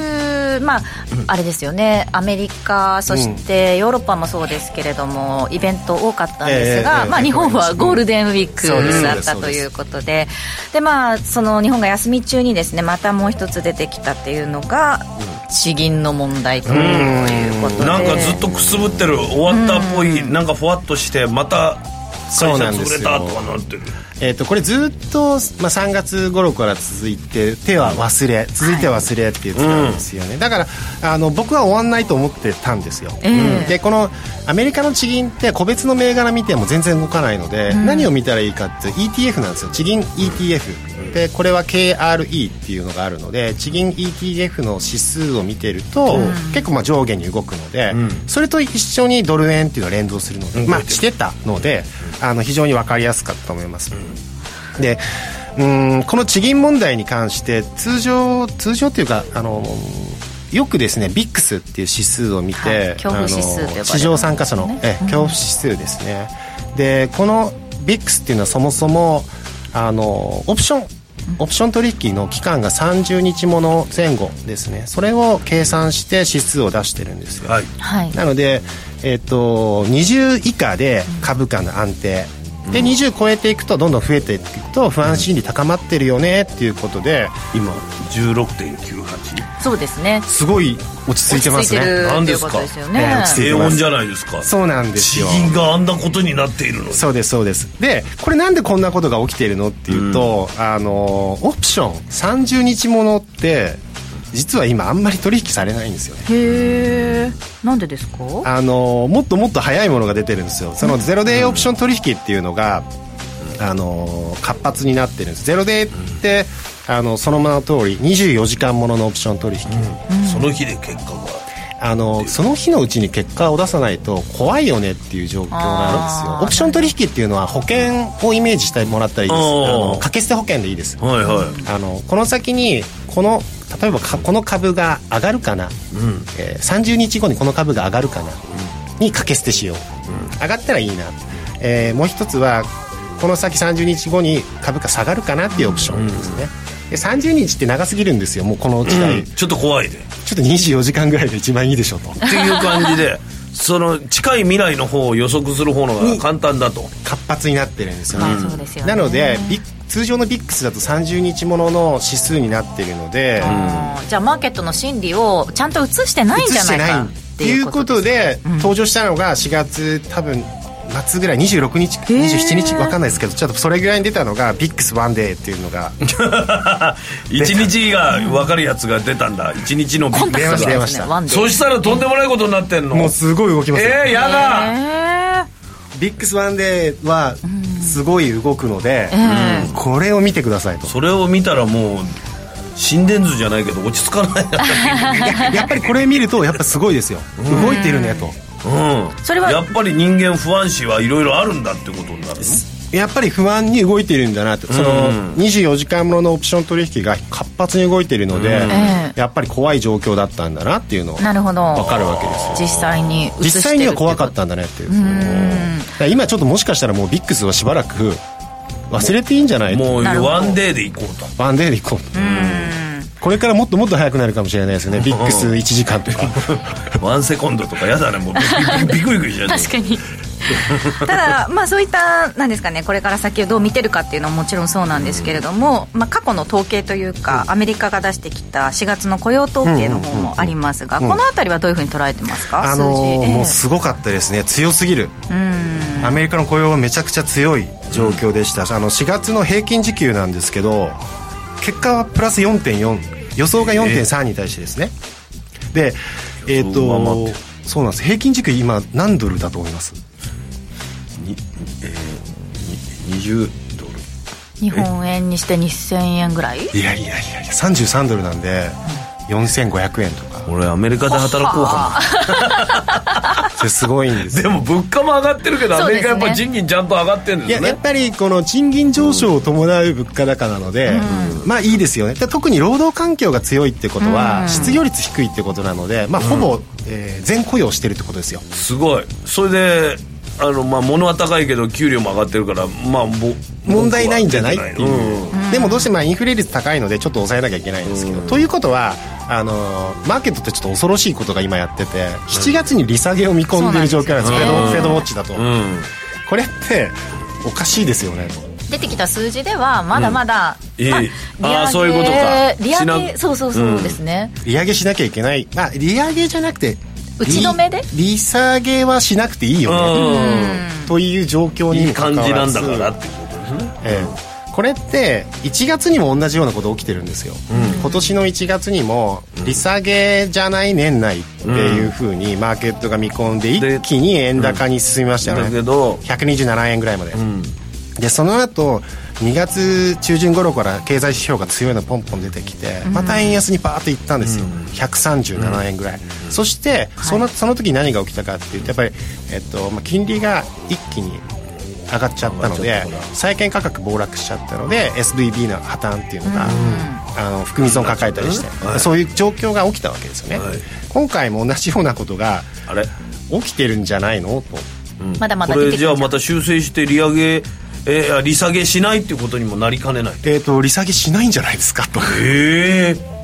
Speaker 4: まあ、あれですよねアメリカそしてヨーロッパもそうですけれども、イベント多かったんですが、
Speaker 2: ええええ
Speaker 4: まあ、
Speaker 2: ええ
Speaker 4: 日本はゴールデンウィー
Speaker 2: そうです
Speaker 4: クだった
Speaker 2: そうです
Speaker 4: ということでで、まあ、その日本が休み中にですねまたもう一つ出てきたっていうのが地銀の問題ということで
Speaker 3: なんかずっとくすぶってる終わったっぽい、なんかふわっとしてまた
Speaker 2: そ
Speaker 3: 会
Speaker 2: う
Speaker 3: 社
Speaker 2: なんで
Speaker 3: 潰
Speaker 2: すよ
Speaker 3: れたとかなってる
Speaker 2: えー、とこれずっと、まあ、3月頃から続いて手は忘れ続いて忘れって言ってたんですよね、だからあの僕は終わんないと思ってたんですよ、
Speaker 4: ええ
Speaker 2: でこのアメリカの地銀って個別の銘柄見ても全然動かないので、何を見たらいいかって ETF なんですよ地銀 ETF でこれは KRE っていうのがあるので地銀 ETF の指数を見てると、結構まあ上下に動くので、それと一緒にドル円っていうのは連動するので、まあ、してたのであの非常に分かりやすかったと思います、でうーんこの地銀問題に関して通常通常というかあのよくですね VIX っていう指数を見て、
Speaker 4: はい恐怖指数と呼ばれる
Speaker 2: あの市場参加者の、
Speaker 4: ね
Speaker 2: ええ恐怖指数ですね、でこの VIX っていうのはそもそもあのオプションオプション取引の期間が30日もの前後ですねそれを計算して指数を出してるんですよ、
Speaker 3: はい
Speaker 4: はい
Speaker 2: なので、えっと20以下で株価の安定で20超えていくとどんどん増えていくと不安心理高まってるよねっていうことで
Speaker 3: 今16.98
Speaker 4: そうですね
Speaker 2: すごい落ち着いてます
Speaker 4: 落ち着い
Speaker 2: ね
Speaker 4: てる
Speaker 3: 何
Speaker 4: とい
Speaker 3: で
Speaker 4: う
Speaker 3: す
Speaker 4: こ
Speaker 3: か
Speaker 4: とですよね、
Speaker 2: ええ落ち着いて
Speaker 3: 低温じゃないですか
Speaker 2: そうなんです
Speaker 3: 地
Speaker 2: よ
Speaker 3: 銀があんなことになっているの
Speaker 2: そうですそうですでこれなんでこんなことが起きているのっていうと、あのオプション30日ものって実は今あんまり取引されないんですよね
Speaker 4: へえなんでですか
Speaker 2: あのもっともっと早いものが出てるんですよそのゼロデーオプション取引っていうのが、あの活発になってるんですゼロデーって、あのその名の通り24時間もののオプション取引、
Speaker 3: その日で結果が
Speaker 2: あのその日のうちに結果を出さないと怖いよねっていう状況なんです
Speaker 4: あ
Speaker 2: よ
Speaker 4: ー
Speaker 2: オプション取引っていうのは保険をイメージしてもらったらいいですあ
Speaker 3: おー
Speaker 2: の掛け捨て保険でいいです
Speaker 3: はいはい、
Speaker 2: あのこの先にこの例えばかこの株が上がるかな、えー30日後にこの株が上がるかな、に掛け捨てしよう、上がったらいいな、えーもう一つはこの先30日後に株価下がるかなっていうオプションですね、で30日って長すぎるんですよもうこの時代、
Speaker 3: うん
Speaker 2: ちょ
Speaker 3: ちょっと怖いね
Speaker 2: っと24時間ぐらいが一番いいでしょう
Speaker 4: <laughs>
Speaker 2: と
Speaker 3: っていう感じでその近い未来の方を予測する方のが簡単だと
Speaker 2: 活発になってるんですよね、
Speaker 4: まあそうですよね
Speaker 2: なのでビ通常の VIX だと30日ものの指数になってるので、
Speaker 4: あーじゃあマーケットの心理をちゃんと映してないんじゃないか
Speaker 2: 映してないということで、登場したのが4月多分末ぐらい26日27日わかんないですけどちょっとそれぐらいに出たのがビックスワンデーっていうのが
Speaker 3: 一日が分かるやつが出たんだ一日のビ
Speaker 4: コンタ
Speaker 2: 出
Speaker 4: ク
Speaker 2: ま
Speaker 4: ト
Speaker 2: した
Speaker 4: で
Speaker 2: 出ますし
Speaker 4: ね
Speaker 2: た
Speaker 4: ワンデ
Speaker 3: そ
Speaker 4: ー
Speaker 3: したらとんでもないことになってんの
Speaker 2: もうすごい動きますよ、
Speaker 3: えー、やだ、
Speaker 4: へ
Speaker 2: ビックスワンデーはすごい動くので、うんこれを見てくださ
Speaker 4: <laughs>
Speaker 2: いと
Speaker 3: それを見たらもう心電図じゃないけど落ち着かない
Speaker 2: いややっぱりこれ見るとやっぱすごいですよ動いてるねと
Speaker 3: な、うん、
Speaker 4: それは
Speaker 3: やっぱり人間不安視はいろいろあるんだってことになる
Speaker 2: やっぱり不安に動いてるんだなとその
Speaker 3: うん
Speaker 2: 24時間もののオプション取引が活発に動いてるので、
Speaker 4: え
Speaker 2: やっぱり怖い状況だったんだなっていうのを
Speaker 4: ーなるほど
Speaker 2: わかるわけですよ
Speaker 4: 実際に映してるってこと
Speaker 2: 実際には怖かったんだねっていうだから今ちょっともしかしたらもうビックスはしばらく忘れていいんじゃない
Speaker 3: もう
Speaker 4: なるほど
Speaker 3: ワンデーで行こうと
Speaker 2: ワンデーで行こうこれからもっともっと早くなるかもしれないですよねビックス1時間とか
Speaker 3: ワンセコンドとかやだねもうビビビクビクしちゃう
Speaker 7: 確か
Speaker 3: <laughs>
Speaker 7: に
Speaker 4: ただまあそういったなんですかねこれから先をどう見てるかっていうのももちろんそうなんですけれども、まあ、過去の統計というかアメリカが出してきた4月の雇用統計の方もありますが、この辺りはどういうふうに捉えてますか、
Speaker 2: <laughs> あのー
Speaker 4: 数字
Speaker 2: もうすごかったですね強すぎるアメリカの雇用がめちゃくちゃ強い状況でしたあの4月の平均時給なんですけど結果はプラス4.4予想が4.3に対してですねでえっ、
Speaker 3: 予想を上
Speaker 2: とそうなんです平均時給今何ドルだと思います
Speaker 3: 20ドル
Speaker 4: 日本円にして2000円ぐらい
Speaker 2: いやいやいやいや33ドルなんで4500円とか
Speaker 3: 俺アメリカで働こうか
Speaker 2: <laughs> それすごいんです
Speaker 3: な
Speaker 2: よ
Speaker 3: でも物価も上がってるけどアメリカやっ
Speaker 4: そう
Speaker 3: ぱ
Speaker 4: です
Speaker 3: 賃金ちゃんと上がってるん
Speaker 2: い
Speaker 3: で
Speaker 2: や
Speaker 3: す
Speaker 2: やっ
Speaker 3: ね
Speaker 2: ぱりこの賃金上昇を伴う物価高なので、まあいいですよねで特に労働環境が強いってことは、失業率低いってことなので、まあ、ほぼ、えー全雇用してるってことですよ
Speaker 3: すごいそれであのまあ物は高いけど給料も上がってるからまあぼ
Speaker 2: 問題ないんじゃない
Speaker 3: 文
Speaker 2: って
Speaker 3: 句
Speaker 2: い
Speaker 3: は
Speaker 2: う、でもどうしてもまあインフレ率高いのでちょっと抑えなきゃいけないんですけど、ということはあのーマーケットってちょっと恐ろしいことが今やってて7月に利下げを見込んでる状況なんですよフェドフェドウォッチだと、
Speaker 3: うんうん
Speaker 2: これっておかしいですよねと
Speaker 4: 出てきた数字ではまだまだ、
Speaker 3: うん
Speaker 4: ま
Speaker 3: ええあーそういうことか
Speaker 4: 利上
Speaker 3: し
Speaker 4: げ
Speaker 3: な
Speaker 4: そうそうそうですね、
Speaker 2: 利上げしなきゃいけないあ利上げじゃなくて
Speaker 4: 打ち止めで
Speaker 2: 利利下げはしなくていいよね、という状況に
Speaker 3: い
Speaker 2: も
Speaker 3: い感
Speaker 2: 関
Speaker 3: じ
Speaker 2: わ
Speaker 3: な
Speaker 2: ら
Speaker 3: ん
Speaker 2: ず
Speaker 3: だからって
Speaker 2: ええこれって1月にも同じようなこと起きてるんですよ、今年の1月にも利下げじゃない年内っていうふうにマーケットが見込んで
Speaker 3: で
Speaker 2: 一気に円高に進みましたよね、
Speaker 3: だけど
Speaker 2: 127円ぐらいまで、でその後2月中旬頃から経済指標が強いのポンポン出てきて、また円安にパーッといったんですよ、137円ぐらい、そしてそのその時何が起きたかっていうとやっぱり、えっとまあ、金利が一気に上がっちゃったので債券価格暴落しちゃったので SVB の破綻っていうのが、あの含み損抱えたりして、そういう状況が起きたわけですよね、今回も同じようなことが
Speaker 3: あれ
Speaker 2: 起きてるんじゃないのと
Speaker 4: まだまだ
Speaker 3: こ
Speaker 4: 出
Speaker 3: れ
Speaker 4: てき
Speaker 3: じゃ
Speaker 4: た
Speaker 3: あまた修正して利上げえーあ利下げしないっていうことにもなりかねない
Speaker 2: えー、と利下げしないんじゃないですかと
Speaker 3: ええ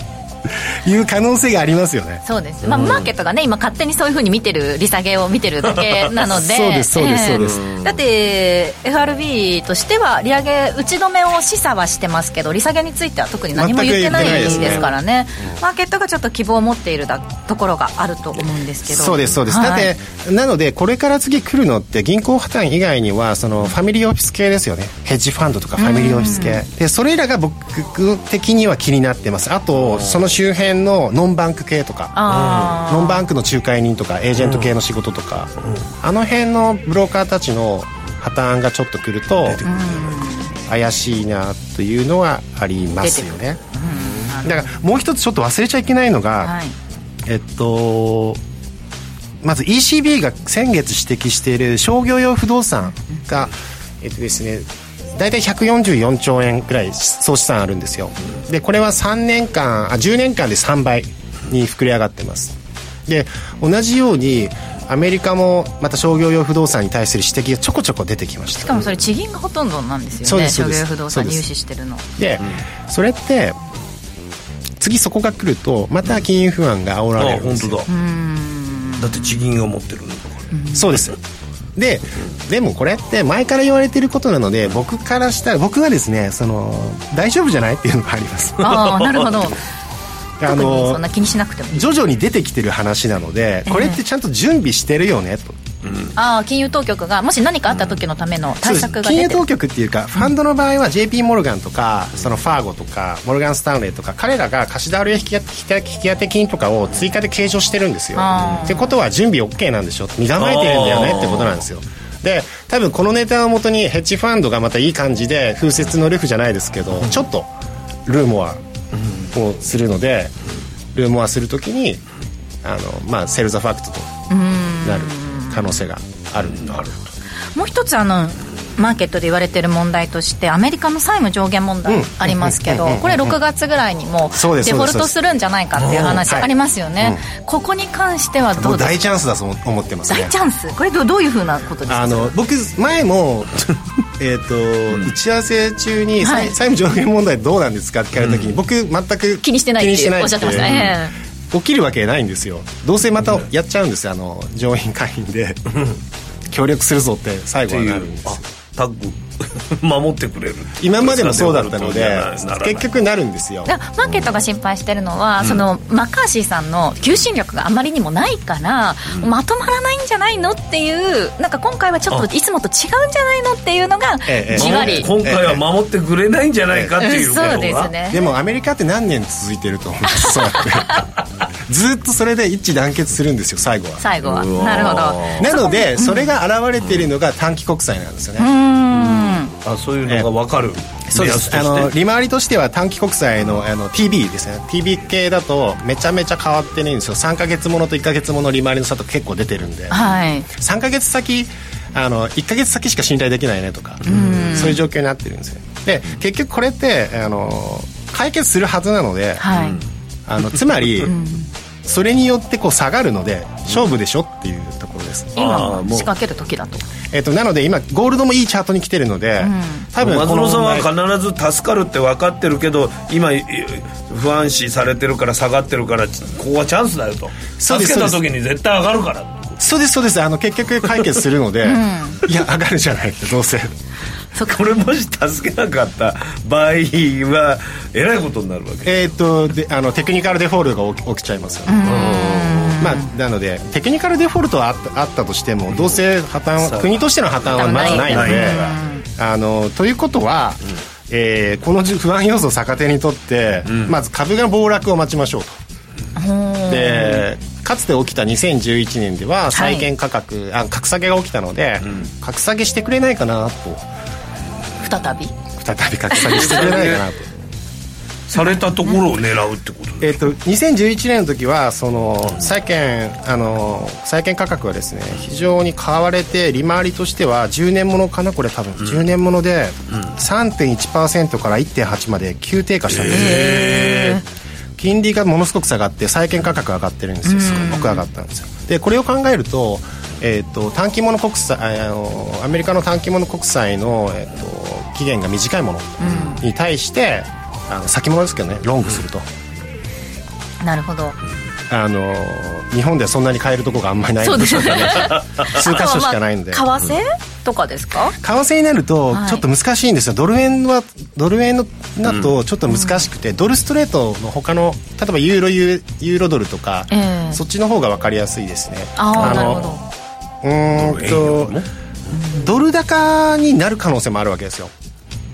Speaker 2: いう可能性がありますよね。
Speaker 4: そうです、まあ、マーケットがね今勝手にそういうふうに見てる利下げを見てるだ
Speaker 2: <laughs>
Speaker 4: けなので
Speaker 2: そうですそうです
Speaker 4: ええ
Speaker 2: そうです
Speaker 4: だって FRB としては利上げ打ち止めを示唆はしてますけど利下げについては特に何も言ってない
Speaker 2: 全く言ってないですね
Speaker 4: ですからねマーケットがちょっと希望を持っているだところがあると思うんですけど
Speaker 2: そうですそうです、
Speaker 4: はい
Speaker 2: だってなのでこれから次来るのって銀行破綻以外にはそのファミリーオフィス系ですよねヘッジファンドとかファミリーオフィス系でそれらが僕的には気になってますあとその周辺のノンバンク系とか
Speaker 4: あー
Speaker 2: ノンバンクの仲介人とかエージェント系の仕事とか、あの辺のブローカーたちの破綻がちょっと来ると怪しいなというのはありますよねだからもう一つちょっと忘れちゃいけないのが、
Speaker 4: はい
Speaker 2: えっとまず ECB が先月指摘している商業用不動産が、えっとですね大体144兆円くらい総資産あるんですよでこれは3年間あ10年間で3倍に膨れ上がってますで同じようにアメリカもまた商業用不動産に対する指摘がちょこちょこ出てきました
Speaker 4: しかもそれ地銀がほとんどなんですよ
Speaker 2: そう
Speaker 4: ね
Speaker 2: ですそ
Speaker 4: 商
Speaker 2: う
Speaker 4: 業
Speaker 2: です
Speaker 4: 用不動産に
Speaker 2: そう
Speaker 4: 融
Speaker 2: です
Speaker 4: 資してるの
Speaker 2: で、それって次そこが来るとまた金融不安が煽
Speaker 3: あ
Speaker 2: られるんで
Speaker 3: 本
Speaker 2: すよ
Speaker 3: 当だだって地銀が持ってるんだから
Speaker 2: そうですででもこれって前から言われてることなので僕からしたら僕はですねその大丈夫じゃないっていうのがあります
Speaker 4: ああなるほど
Speaker 2: <laughs> あ
Speaker 4: 特にそ
Speaker 2: の
Speaker 4: んな気にしなくてもいい
Speaker 2: 徐々に出てきてる話なのでこれってちゃんと準備してるよねと
Speaker 4: ああ金融当局がもし何かあった時のための対策が
Speaker 2: 金
Speaker 4: 出
Speaker 2: 融
Speaker 4: てる
Speaker 2: 当局っていうかファンドの場合は JP モルガンとかそのファーゴとかモルガン・スタンレーとか彼らが貸し倒れ引き当て金とかを追加で計上してるんですよ
Speaker 4: あー
Speaker 2: ってことは準備 OK なんでしょ身構えてるんだよねってことなんですよで多分このネタをもとにヘッジファンドがまたいい感じで風雪のルフじゃないですけどちょっとルーモアをするのでルーモアするときにあの、まあ、セル・ザ・ファクトとなる可能性があるなる
Speaker 4: もう一つあのマーケットで言われてる問題としてアメリカの債務上限問題ありますけどこれ6月ぐらいにも
Speaker 2: そうです
Speaker 4: デフォル
Speaker 2: そう
Speaker 4: ト
Speaker 2: です
Speaker 4: するんじゃないかっていう話
Speaker 2: うんはい
Speaker 4: ありますよねここに関してはど
Speaker 2: も
Speaker 4: う
Speaker 2: う
Speaker 4: です
Speaker 2: 大
Speaker 4: か
Speaker 2: チャンスだと思思ってますね
Speaker 4: 大チャンスこれどうどういうふうなことですか
Speaker 2: あの僕前 <laughs> もえーと、打ち合わせ中に、
Speaker 4: はい
Speaker 2: 債務上限問題どうなんですかって聞かれた時に、僕全く
Speaker 4: 気にしてないって
Speaker 2: 気に
Speaker 4: おっしゃってましたねえ
Speaker 2: 起きるわけないんですよどうせまたやっちゃうんですよあの上院会員で協力するぞって最
Speaker 3: って
Speaker 2: 後はなる
Speaker 3: いうあタッグ <laughs> 守ってくれる
Speaker 2: 今までもそうだったので
Speaker 3: 結
Speaker 2: 結
Speaker 3: 局
Speaker 2: 局なるんですよ
Speaker 4: だからマーケットが心配してるのは、そのマッカーシーさんの求心力があまりにもないから、まとまらないんじゃないのっていうなんか今回はちょっといつもと違うんじゃないのっていうのが
Speaker 2: ええええ
Speaker 4: じわり、
Speaker 3: 今回は守ってくれないんじゃないかっていう
Speaker 4: うん
Speaker 3: こと
Speaker 4: そうです
Speaker 3: が
Speaker 4: ね
Speaker 2: でもアメリカって何年続いてると思うんですそうや <laughs> ってずっとそれで一致団結するんですよ最後は
Speaker 4: 最後は
Speaker 3: うわー
Speaker 4: なるほど
Speaker 2: なのでそれが現れているのが短期国債なんですよね、
Speaker 3: あそういうのが分かる
Speaker 2: そうですあの利回りとしては短期国債のあの TB ですね TB 系だとめちゃめちゃ変わってないんですよ3か月ものと1か月もの利回りの差と結構出てるんで
Speaker 4: はい
Speaker 2: 3か月先あの1か月先しか信頼できないねとかそういう状況になってるんですよで結局これってあの解決するはずなので、
Speaker 4: はい、
Speaker 2: あのつまり、それによってこう下がるので勝負でしょっていうところでです
Speaker 3: ああ
Speaker 4: 今
Speaker 3: もう
Speaker 4: 仕掛ける時だと
Speaker 2: えっとなので今ゴールドもいいチャートに来てるので、多分
Speaker 3: 松
Speaker 2: この
Speaker 3: 野さん
Speaker 2: 問題
Speaker 3: は必ず助かるって分かってるけど今い不安視されてるから下がってるからここはチャンスだよと
Speaker 2: そ
Speaker 3: 助
Speaker 2: うです
Speaker 3: けた時に絶対上がるから
Speaker 2: そうですそうですあの結局解決するので、いや上がるじゃないってどうせ
Speaker 3: <laughs> これもし助けなかった場合はえらいことになるわけ
Speaker 2: えーっとであのテクニカルデフォルトが起き起きちゃいますよねまあ、なのでテクニカルデフォルトはあったあったとしてもどうせ破綻は国としての破綻はまずないのであのということは、えーこのじ不安要素を逆手にとって、まず株が暴落を待ちましょうと。でかつて起きた2011年では債券価格、あ格下げが起きたので、格下げしてくれないかなと
Speaker 4: 再び
Speaker 2: 再び格下げしてくれないかなと。
Speaker 3: されたところを狙うってこと
Speaker 2: えっと2011年の時はその債券あの債券価格はですね非常に買われて利回りとしては10年ものかなこれ多分、10年もので3.1%から1.8まで急低下したんですよ、金利がものすごく下がって債券価格が上がってるんですよすごく上がったんですよでこれを考えると,、えっと短期物国債あのアメリカの短期物国債の、えっと期限が短いものに対して、あの先物ですけどねロングすると。
Speaker 4: なるほど
Speaker 2: あのー日本ではそんなに買えるとこがあんまりない
Speaker 4: そうです
Speaker 2: 数
Speaker 4: よね
Speaker 2: <laughs> 箇所し
Speaker 4: <laughs>
Speaker 2: かないので、
Speaker 4: まあ為替とかですか
Speaker 2: 為替になると
Speaker 4: はい
Speaker 2: ちょっと難しいんですよ、ドル円はドル円のだとちょっと難しくて、ドルストレートの他の例えばユーロユーユーロドルとか、
Speaker 4: ええ
Speaker 2: そっちの方が分かりやすいですね
Speaker 4: ああなるほど
Speaker 2: のうーんとドル高になる可能性もあるわけですよ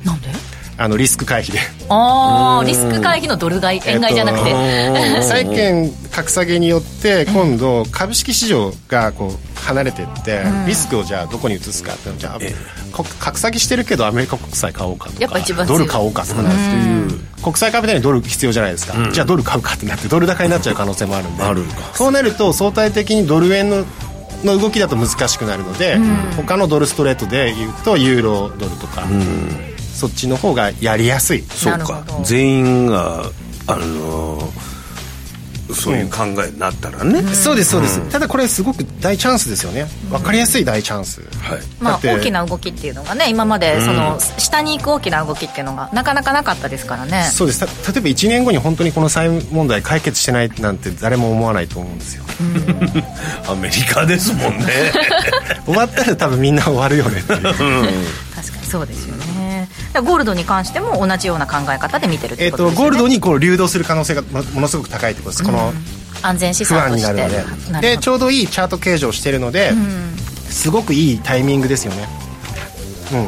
Speaker 4: なんで
Speaker 2: あのリスク回避で
Speaker 4: ああリスク会議のドル買い円買いじゃなくて、
Speaker 2: 債券格下げによって今度株式市場がこう離れてってリスクをじゃあどこに移すかっていうのじゃあこ格下げしてるけどアメリカ国債買おうかと
Speaker 4: やっぱ一
Speaker 2: か
Speaker 4: 番
Speaker 2: ド
Speaker 4: 強い
Speaker 2: ル買おうかとかなっていう国債買うみたいにドル必要じゃないですかじゃあドル買うかってなってドル高になっちゃう可能性もあるんでそうなると相対的にドル円のの動きだと難しくなるので他のドルストレートで言うとユーロドルとかそっちの方がやりやすい
Speaker 3: そう
Speaker 4: なる
Speaker 3: か
Speaker 4: ほど
Speaker 3: 全員があのーそういう考えになったらね、
Speaker 2: そうですそうです、ただこれすごく大チャンスですよね分かりやすい大チャンス、
Speaker 3: はい
Speaker 4: ま
Speaker 2: だ
Speaker 4: あ、
Speaker 2: って
Speaker 4: 大きな動きっていうのがね今までその下に行く大きな動きっていうのがなかなかなかったですからね
Speaker 2: そうですた例えば1年後に本当にこの債務問題解決してないなんて誰も思わないと思うんですよ
Speaker 3: アメリカですもんね <laughs>
Speaker 2: 終わったら多分みんな終わるよねっていう
Speaker 4: 確かにそうですよねだからゴールドに関しても同じような考え方で見てるって
Speaker 2: えっ
Speaker 4: こと
Speaker 2: と
Speaker 4: ですよね
Speaker 2: ゴールドにこう流動する可能性がもものすごく高いってことです、この
Speaker 4: 安全資
Speaker 2: 不
Speaker 4: 産
Speaker 2: 安
Speaker 4: と
Speaker 2: に
Speaker 4: し
Speaker 2: な
Speaker 4: て
Speaker 2: るので
Speaker 4: なる
Speaker 2: で
Speaker 4: ほ
Speaker 2: ちょうどいいチャート形状をしてるので、すごくいいタイミングですよねうん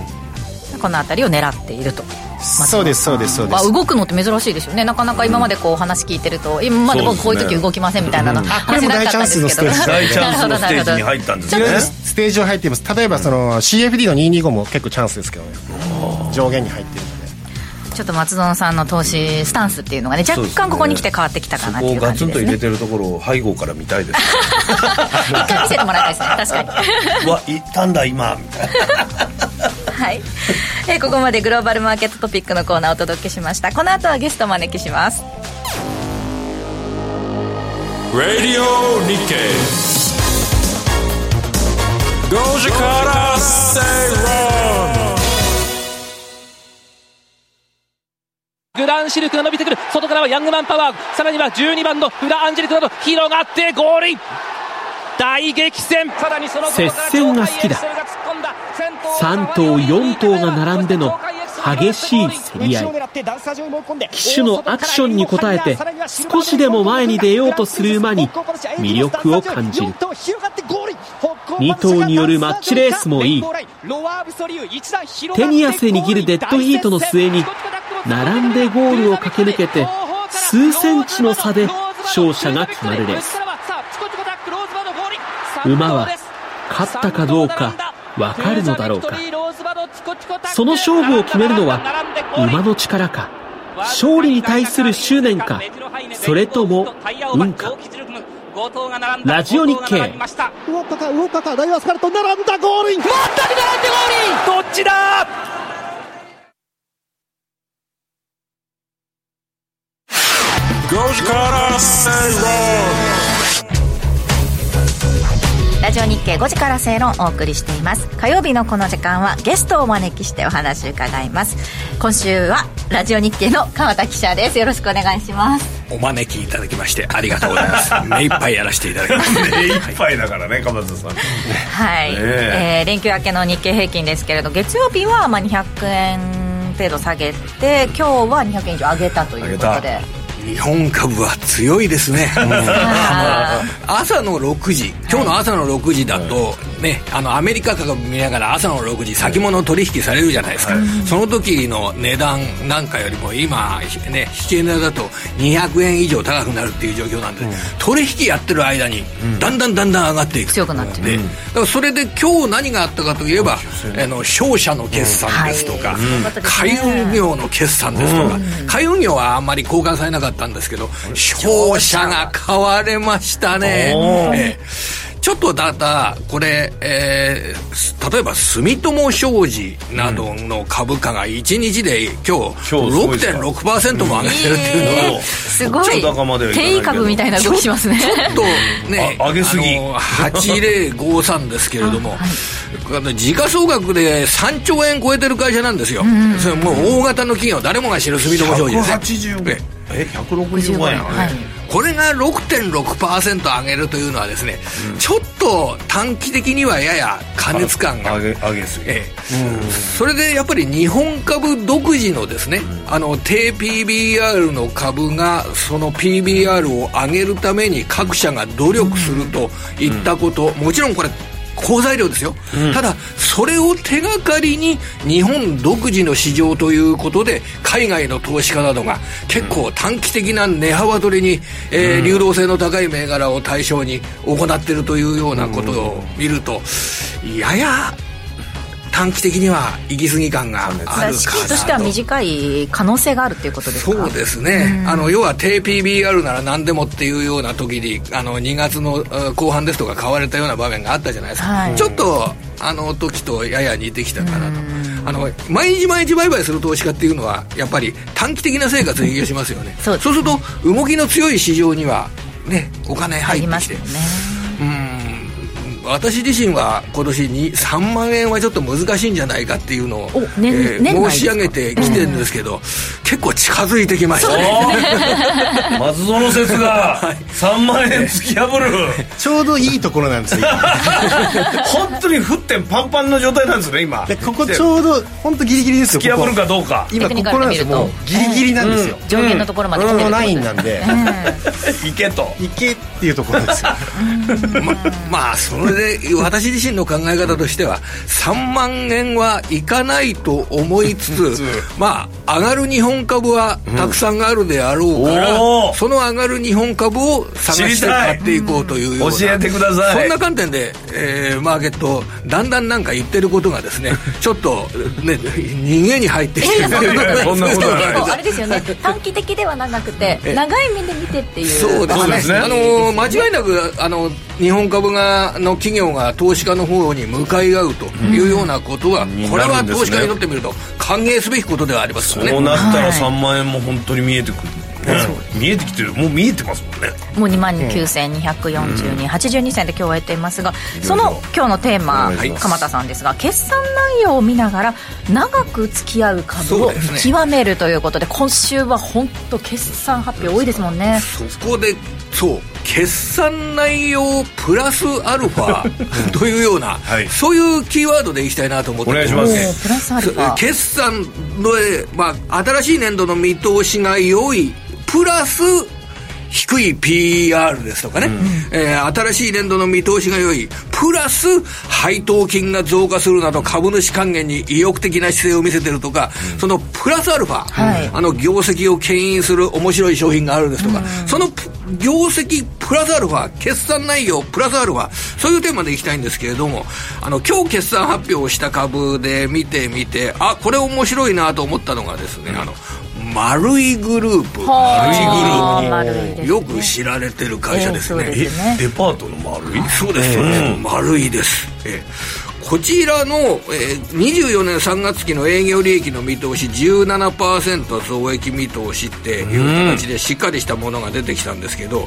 Speaker 4: どこの辺りを狙っていると
Speaker 2: そうですそうですそうで
Speaker 4: まあ
Speaker 2: す
Speaker 4: 動くのって珍しいですよねなかなか今までこう話聞いてると今まで僕こういう時動きませんみたいなの
Speaker 2: これ
Speaker 4: 話
Speaker 2: も
Speaker 4: なか
Speaker 2: 大
Speaker 4: っ
Speaker 2: チ
Speaker 4: た
Speaker 2: ャ
Speaker 4: ん
Speaker 2: ン
Speaker 4: で
Speaker 2: ス
Speaker 4: す
Speaker 2: の
Speaker 4: けど <laughs>
Speaker 2: ステージです
Speaker 3: 大チャンスのス
Speaker 4: なるほ
Speaker 3: テー
Speaker 4: ど
Speaker 3: ジに入ったんです
Speaker 2: いろいろ
Speaker 3: ね
Speaker 2: ステージを入っています例えばその CFD の225も結構チャンスですけどね上限に入ってるので
Speaker 4: ちょっと松園さんの投資スタンスっていうのがね若干ここに来て変わってきたか
Speaker 3: そ
Speaker 4: なっ
Speaker 3: こ
Speaker 4: て
Speaker 3: を
Speaker 4: いう
Speaker 3: ガ
Speaker 4: 感じ
Speaker 3: ツン
Speaker 4: で
Speaker 3: と
Speaker 4: す
Speaker 3: 入れ
Speaker 4: ね
Speaker 3: てるところを背後から見たいです
Speaker 2: <laughs>
Speaker 4: 一回見せてもらいたいですね確かに <laughs>
Speaker 3: ねわいったんだ今みたいな
Speaker 4: はい、えーここまでグローバルマーケットトピックのコーナーをお届けしましたこの後はゲストをお招きします
Speaker 1: Radio Nikkei. Goji Kara Say Wrong.
Speaker 8: グランシルクが伸びてくる外からはヤングマンパワーさらには12番のフラ・アンジェリクなど広がってゴールイン大激戦
Speaker 9: 接戦が好きだ3頭4頭が並んでの激しい競り合い機種のアクションに応えて少しでも前に出ようとする馬に魅力を感じる2頭によるマッチレースもいい手に汗握るデッドヒートの末に並んでゴールを駆け抜けて数センチの差で勝者が決まるレース馬は勝ったかどうか分かるのだろうかその勝負を決めるのは馬の力か勝利に対する執念かそれとも運かラジオ日経
Speaker 10: ウォッカかウォッカかダイワスカルト並んだゴールイン
Speaker 8: どっちだ
Speaker 1: Goji Kara Say Wrong.
Speaker 4: ララジオ日経5時から正論をお送りしています火曜日のこの時間はゲストをお招きしてお話を伺います今週はラジオ日経の川田記者ですよろしくお願いします
Speaker 11: お招きいただきましてありがとうございます目いっぱいやらせていただき
Speaker 1: <laughs>
Speaker 11: ます
Speaker 3: 目いっぱいだからね鎌田さん
Speaker 4: はい、
Speaker 3: ね
Speaker 4: えー連休明けの日経平均ですけれど月曜日はまあ200円程度下げて今日は200円以上上げたということで
Speaker 11: 日本株は強いです
Speaker 4: <laughs>
Speaker 11: ね
Speaker 4: あ
Speaker 11: 朝の6時今日の朝の6時だと、ね、あのアメリカ株見ながら朝の6時先物取引されるじゃないですか、その時の値段なんかよりも今、ね、引け値だと200円以上高くなるっていう状況なんで、取引やってる間にだんだんだんだん上がっていく
Speaker 4: 強くなってる
Speaker 11: でだからそれで今日何があったかといえば、あの商社の決算ですとか、
Speaker 4: はいそういうことですね
Speaker 11: 海運業の決算ですとか、海運業はあんまり交換されなかったんですけど、商社が買われましたね。ええちょっとただ、これ、えー例えば住友商事などの株価が1日で今日
Speaker 3: 今日すごいです
Speaker 11: 6.6%
Speaker 3: か
Speaker 11: も上げてるっていうのは、
Speaker 4: えーすごい
Speaker 3: ちょっと高まではいかない
Speaker 4: 転
Speaker 3: けど
Speaker 4: 移株みたいな動きしますね
Speaker 11: ちょっとね
Speaker 3: あ上げすぎ
Speaker 11: あの8053ですけれども、あの時価総額で3兆円超えてる会社なんですよ、それもう大型の企業誰もが知る住友商事ですねええ
Speaker 3: え165円あれ、
Speaker 4: はい
Speaker 11: これが6.6%上げるというのはですね、ちょっと短期的にはやや過熱感が
Speaker 3: 上げ上げすぎ
Speaker 11: ええそれでやっぱり日本株独自のですね、あの低 PBR の株がその PBR を上げるために各社が努力するといったこと、もちろんこれ好材料ですよ、ただそれを手がかりに日本独自の市場ということで海外の投資家などが結構短期的な値幅取りに、えー流動性の高い銘柄を対象に行っているというようなことを見るとやや短期的には行き過ぎ感があるかなと
Speaker 4: 資金としては短い可能性があるということですか
Speaker 11: そうですね、あの要は低 PBR なら何でもっていうような時にあの2月のあ後半ですとか買われたような場面があったじゃないですか、
Speaker 4: はい
Speaker 11: ちょっとあの時とやや似てきたかなと。あの毎日毎日売買する投資家っていうのはやっぱり短期的な生活に影響しますよね
Speaker 4: そうです
Speaker 11: すると動きの強い市場にはねお金
Speaker 4: あ
Speaker 11: 入っ
Speaker 4: り
Speaker 11: て
Speaker 4: ま
Speaker 11: き
Speaker 4: す
Speaker 11: て
Speaker 4: よね
Speaker 11: うん私自身は今年に3万円はちょっと難しいんじゃないかっていうのを、
Speaker 4: お年年内ですか
Speaker 11: 申し上げてきてるんですけど、結構近づいてきましたね
Speaker 3: <laughs> 松園説が3万円突き破る
Speaker 2: ちょうどいいところなんですよ今
Speaker 3: 本当に沸点パンパンの状態なんですね今
Speaker 2: でここちょうど本当ギリギリですよ
Speaker 3: 突き破る
Speaker 2: ここ
Speaker 3: かどうか
Speaker 2: 今
Speaker 4: テク
Speaker 2: こ
Speaker 4: ニカ
Speaker 2: こ
Speaker 4: ルで見る
Speaker 2: なんです
Speaker 4: と
Speaker 2: もうギリギリなんですよ、
Speaker 4: 上限のところまで来て
Speaker 2: こ
Speaker 4: るってこ
Speaker 2: の
Speaker 4: と
Speaker 2: ライ
Speaker 4: で
Speaker 2: ンなんで
Speaker 3: いけと
Speaker 2: 行けっていうところですよ
Speaker 11: ままあそれで私自身の考え方としては3万円はいかないと思いつつまあ上がる日本株はたくさんあるであろうから、
Speaker 3: おー
Speaker 11: その上がる日本株を探して買っていこうというような
Speaker 3: 教えてください
Speaker 11: そんな観点で、えーマーケットだんだんなんか言ってることが
Speaker 3: <laughs>
Speaker 11: ですねちょっとね逃げに入ってきてる
Speaker 3: そんな
Speaker 11: <laughs>
Speaker 3: ことない
Speaker 4: そうあれですよね短期的では長くて長い目で見てっていう
Speaker 11: そうです
Speaker 3: そう
Speaker 11: ね
Speaker 3: ですね
Speaker 11: あのー間違いなくあの日本株がの企業が投資家の方に向かい合うというようなことは、
Speaker 3: ん
Speaker 11: これは
Speaker 3: になるんですね
Speaker 11: 投資家にとってみると歓迎すべきことではありますよね
Speaker 3: そうなったら3万円も本当に見えてくる、ね見えてきてるもう見えてますもんね
Speaker 4: もう2万9240人、82銭で今日終えていますがその今日のテーマ
Speaker 11: はい
Speaker 4: 鎌田さんですが決算内容を見ながら長く付き合う株を
Speaker 11: そうですね
Speaker 4: 見極めるということで今週は本当決算発表多いですもんね
Speaker 11: そこでそう決算内容プラスアルフ
Speaker 3: <laughs>
Speaker 11: ァというような、
Speaker 3: はい
Speaker 11: そういうキーワードでいきたいなと思って
Speaker 3: お願いします
Speaker 4: もうプラスアルファ
Speaker 11: 決算の、えまあ、新しい年度の見通しが良いプラス低い PR ですとかね、えー新しい年度の見通しが良いプラス配当金が増加するなど株主還元に意欲的な姿勢を見せてるとか、そのプラスアルファ、
Speaker 4: はい
Speaker 11: あの業績を牽引する面白い商品があるですとか、そのプ業績プラスアルファ決算内容プラスアルファそういうテーマでいきたいんですけれどもあの今日決算発表した株で見てみてあこれ面白いなと思ったのがですねあの丸いグループ
Speaker 4: はあ
Speaker 11: 丸い
Speaker 4: 丸い
Speaker 11: グループ
Speaker 4: ですね
Speaker 11: よく知られてる会社ですね、
Speaker 4: ええそうですね
Speaker 3: デパートの丸い
Speaker 11: そうです、そうです丸いです、ええこちらの、えー24年3月期の営業利益の見通し17%増益見通しっていう形でしっかりしたものが出てきたんですけど、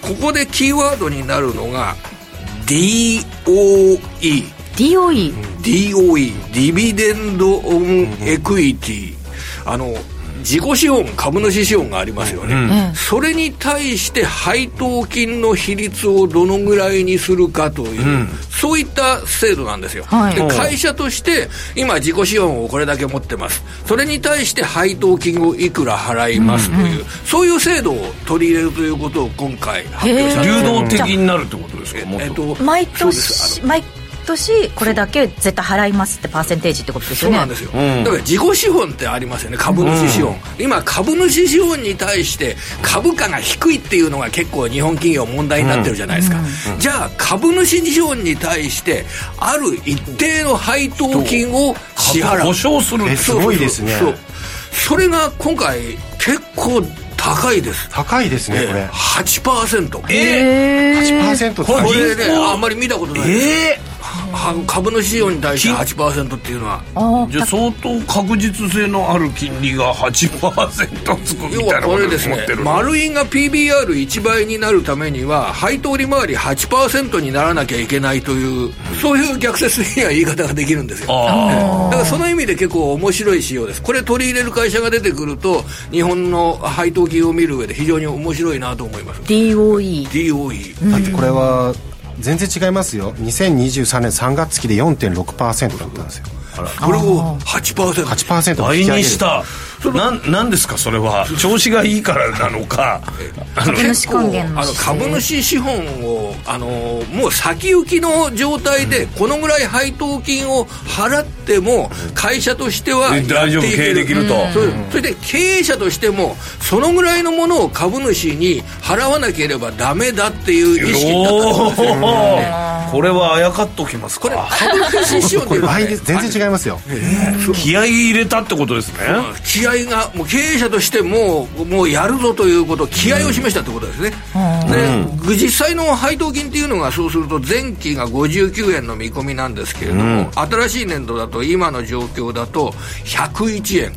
Speaker 11: ここでキーワードになるのが DOE
Speaker 4: DOE
Speaker 11: DOE ディビデンド・オン・エクイティあの自己資本株主資本がありますよね、それに対して配当金の比率をどのぐらいにするかという、そういった制度なんですよ、
Speaker 12: はい
Speaker 11: で会社として今自己資本をこれだけ持ってますそれに対して配当金をいくら払いますという、そういう制度を取り入れるということを今回発表したんです
Speaker 3: 流動的になるってことですかもっと
Speaker 11: えっと
Speaker 4: 毎
Speaker 11: そうです
Speaker 4: 年毎年これだけ絶対払いますってパーセンテージってことです
Speaker 11: そ
Speaker 4: よ
Speaker 11: う
Speaker 4: ね
Speaker 11: なんですよ、だから自己資本ってありますよね株主資本、今株主資本に対して株価が低いっていうのが結構日本企業問題になってるじゃないですか、じゃあ株主資本に対してある一定の配当金を支払う
Speaker 2: 保証するえすごいですね
Speaker 11: そうそれが今回結構高いです
Speaker 2: <laughs> 高いですねこれ
Speaker 11: 8%
Speaker 2: えー8%って
Speaker 11: これ
Speaker 2: 銀
Speaker 11: ね
Speaker 2: 行
Speaker 11: あんまり見たことないですは株主資本に対して8%っていうのは
Speaker 3: じゃあ相当確実性のある金利が8%つくみ
Speaker 11: 要
Speaker 3: た
Speaker 11: はい
Speaker 3: なこ
Speaker 11: ことれ
Speaker 3: に
Speaker 11: です
Speaker 3: 思っ
Speaker 11: ね
Speaker 3: てるの
Speaker 11: 丸銀が PBR1 倍になるためには配当利回り8%にならなきゃいけないというそういう逆説的な言い方ができるんですよだからその意味で結構面白い仕様ですこれ取り入れる会社が出てくると日本の配当金を見る上で非常に面白いなと思います
Speaker 4: DOE
Speaker 11: DOE
Speaker 2: だってこれは全然違いますよ2023年3月期で4.6%だったんですよ
Speaker 11: これを 8%8%
Speaker 2: 8%
Speaker 3: 倍
Speaker 2: 引き上げ
Speaker 3: に
Speaker 2: る
Speaker 3: したなんなんですかそれ
Speaker 2: <laughs>
Speaker 3: は調子がいいからなのかあの
Speaker 11: 結構あの株主資本をあのもう先行きの状態でこのぐらい配当金を払っても会社としては
Speaker 3: うん大丈夫
Speaker 11: やっていけ
Speaker 3: 経営できると
Speaker 11: そうそれで経営者としてもそのぐらいのものを株主に払わなければダメだっていう意識だった <laughs> と思うんですよ
Speaker 3: おーこれはあやかっときますか
Speaker 11: 株主資本って
Speaker 2: こ
Speaker 11: いう
Speaker 2: れ
Speaker 11: のはね
Speaker 2: 倍で全然違いますよ
Speaker 3: <laughs> 気合い入れたってことですね
Speaker 11: 気合がもう経営者としてもうもうやるぞということ気合を示したってことですね、でぐ実際の配当金っていうのがそうすると前期が59円の見込みなんですけれども、新しい年度だと今の状況だと101円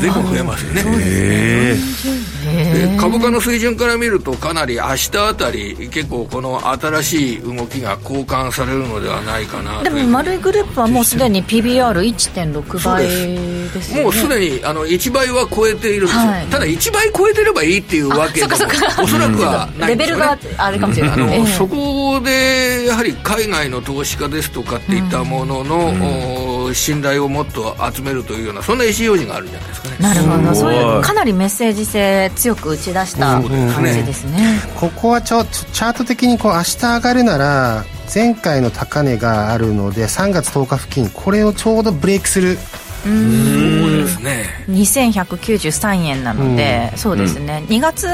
Speaker 11: 全部増えますよね、で株価の水準から見るとかなり明日あたり結構この新しい動きが交換されるのではないかなと
Speaker 4: で
Speaker 11: いう
Speaker 4: も丸いグループはもうすでに PBR1.6 倍ですよね
Speaker 11: もうすでにあの1倍は超えているんですよ、
Speaker 4: はい
Speaker 11: ただ1倍超えてればいいっていうわけでも
Speaker 4: あそっかそっか
Speaker 11: おそらくはない
Speaker 4: レ
Speaker 11: んで
Speaker 4: ベ
Speaker 11: すよ
Speaker 4: ル
Speaker 11: ね
Speaker 4: があるかもしれない、
Speaker 11: あの
Speaker 4: ええ
Speaker 11: そこでやはり海外の投資家ですとかっていったものの、お信頼をもっと集めるというようなそんな意思表示があるんじゃないですかね
Speaker 4: なるほどそういうかなりメッセージ性強く打ち出した感じですね
Speaker 2: ここはちょちょチャート的にこう明日上がるなら前回の高値があるので3月10日付近これをちょうどブレイクする
Speaker 11: そうですね
Speaker 4: 2193円なので、そうですね、2月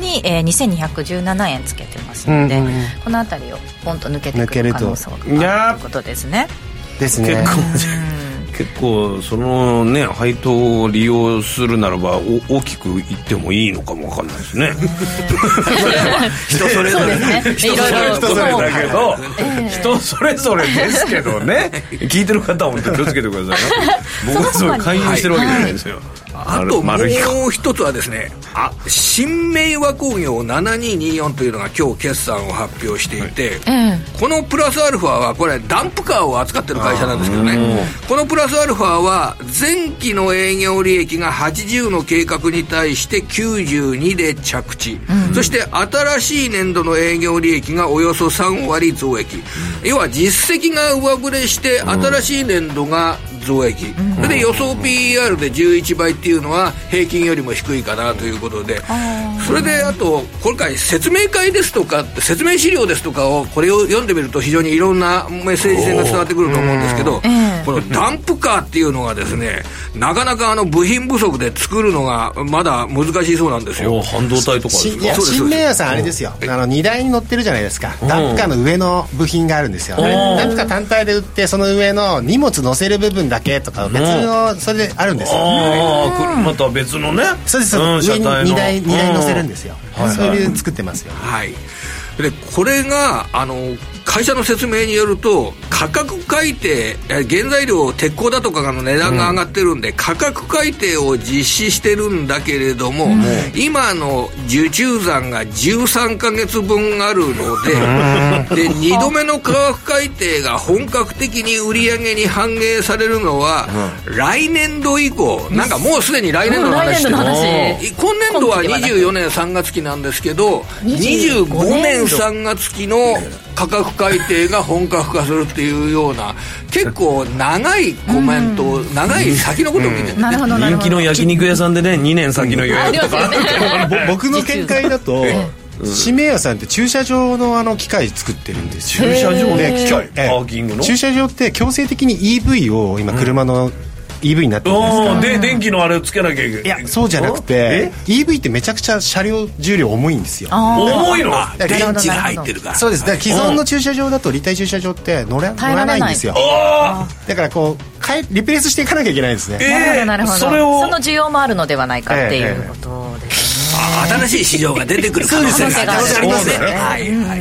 Speaker 4: に、えー、2217円つけてますので、
Speaker 2: うんうんうん
Speaker 4: この辺りをポンと抜けてくる可能性があると
Speaker 2: いや
Speaker 4: い
Speaker 2: ー
Speaker 4: うことですね
Speaker 2: です
Speaker 3: 結
Speaker 2: ね
Speaker 3: 構結構そのね配当を利用するならばお大きくいってもいいのかもわかんないですね
Speaker 11: 人それぞれ
Speaker 4: そうですねいろいろ
Speaker 3: 人それぞれだけど
Speaker 4: ええ
Speaker 3: 人それぞれですけどね聞いてる方は本当に気をつけてください
Speaker 4: <laughs>
Speaker 3: ね僕はそういう勧誘してるわけじゃないですよ、
Speaker 11: あとも
Speaker 3: 丸彦
Speaker 11: う一つはですねあ新明和工業7224というのが今日決算を発表していて、
Speaker 4: え
Speaker 11: このプラスアルファはこれダンプカーを扱ってる会社なんですけどねこのプラスアルファは前期の営業利益が80の計画に対して92で着地、そして新しい年度の営業利益がおよそ3割増益、要は実績が上振れして新しい年度が増益、それで予想 PER で11倍っていうのは平均よりも低いかなということで、それであと今回説明会ですとかって説明資料ですとかをこれを読んでみると非常にいろんなメッセージ性が伝わってくると思うんですけど、このダンプカーっていうのがですねなかなかあの部品不足で作るのがまだ難しいそうなんですよ
Speaker 3: <laughs> お半導体とかです
Speaker 2: しい
Speaker 3: か
Speaker 2: や
Speaker 11: そうです
Speaker 2: 新明屋さんあれですよあの荷台に乗ってるじゃないですかダンプカーの上の部品があるんですよダンプカー単体で売ってその上の荷物乗せる部分だけとか別のそれであるんですよ
Speaker 3: ああ車とは別のね
Speaker 2: そうですそうです
Speaker 3: ん
Speaker 2: 上に荷台荷台乗せるんですすよ
Speaker 3: うんはいはい
Speaker 2: そういう作ってますよ
Speaker 11: はい、でこれがあの会社の説明によると価格改定えー原材料鉄鋼だとかの値段が上がってるんで、価格改定を実施してるんだけれども、今の受注残が13か月分あるのでで2度目の価格改定が本格的に売り上げに反映されるのは、来年度以降なんかもうすでに来年度の話してる
Speaker 4: うん来年度の話
Speaker 11: 今年度は
Speaker 4: 今期ではな
Speaker 11: 24年
Speaker 4: く
Speaker 11: 3月期なんですけど25
Speaker 4: 25
Speaker 11: 年3月期の価格改定が本格化するっていうような結構長いコメント、長い先のことを見てる、
Speaker 4: なるほどなる
Speaker 3: 人
Speaker 4: ほ
Speaker 3: 気
Speaker 4: ど
Speaker 3: の焼肉屋さんでね2年先の予約とか <laughs>
Speaker 2: ぼ僕の見解だと新名屋さんって駐車場のあの機械作ってるんですよ
Speaker 3: 駐車場で機械
Speaker 2: ええ
Speaker 3: パーキングの
Speaker 2: 駐車場って強制的に EV を今車の EV になってるじゃないですか
Speaker 3: うんで電気のあれをつけなきゃいけ
Speaker 2: いやそうじゃなくて EV ってめちゃくちゃ車両重量重いんですよ
Speaker 4: あー
Speaker 3: 重いの
Speaker 2: だから
Speaker 11: 電池が入ってるから
Speaker 2: そうですだから既存の駐車場だと立体駐車場って乗ら乗
Speaker 4: 耐えら
Speaker 2: ら
Speaker 4: れな
Speaker 2: ないいんですよだからこう変えリプレイスしていかなきゃいけないんですね
Speaker 4: なるほどなるほど
Speaker 3: それを
Speaker 4: の需要もあるのではないかっていうことですね
Speaker 11: あ新しい市場が出てくる可能性が
Speaker 4: 可能性があ
Speaker 11: ね
Speaker 4: る
Speaker 11: はいはい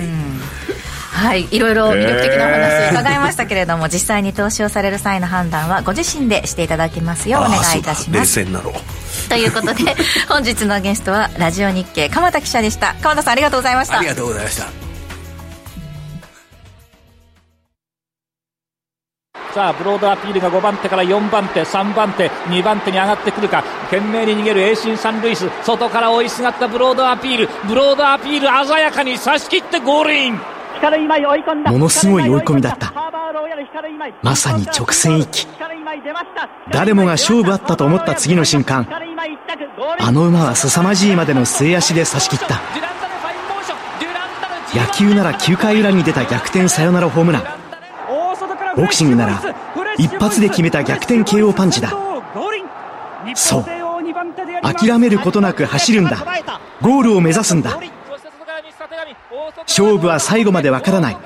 Speaker 4: はい、いろいろ魅力的なお話伺いましたけれども、実際に投資をされる際の判断はご自身でしていただきますようお願いいたしま
Speaker 3: 冷
Speaker 4: す
Speaker 3: 静になろう
Speaker 4: ということで <laughs> 本日のゲストはラジオ日経鎌田記者でした鎌田さんありがとうございました
Speaker 11: ありがとうございました
Speaker 8: さあブロードアピールが5番手から4番手3番手2番手に上がってくるか懸命に逃げる栄進サンルイス外から追いすがったブロードアピールブロードアピール鮮やかに差し切ってゴールイン
Speaker 9: ものすごい追い込みだったまさに直線一気誰もが勝負あったと思った次の瞬間あの馬は凄まじいまでの末足で差し切った野球なら9回裏に出た逆転サヨナラホームランボクシングなら一発で決めた逆転 KO パンチだそう諦めることなく走るんだゴールを目指すんだ勝負は最後までわからない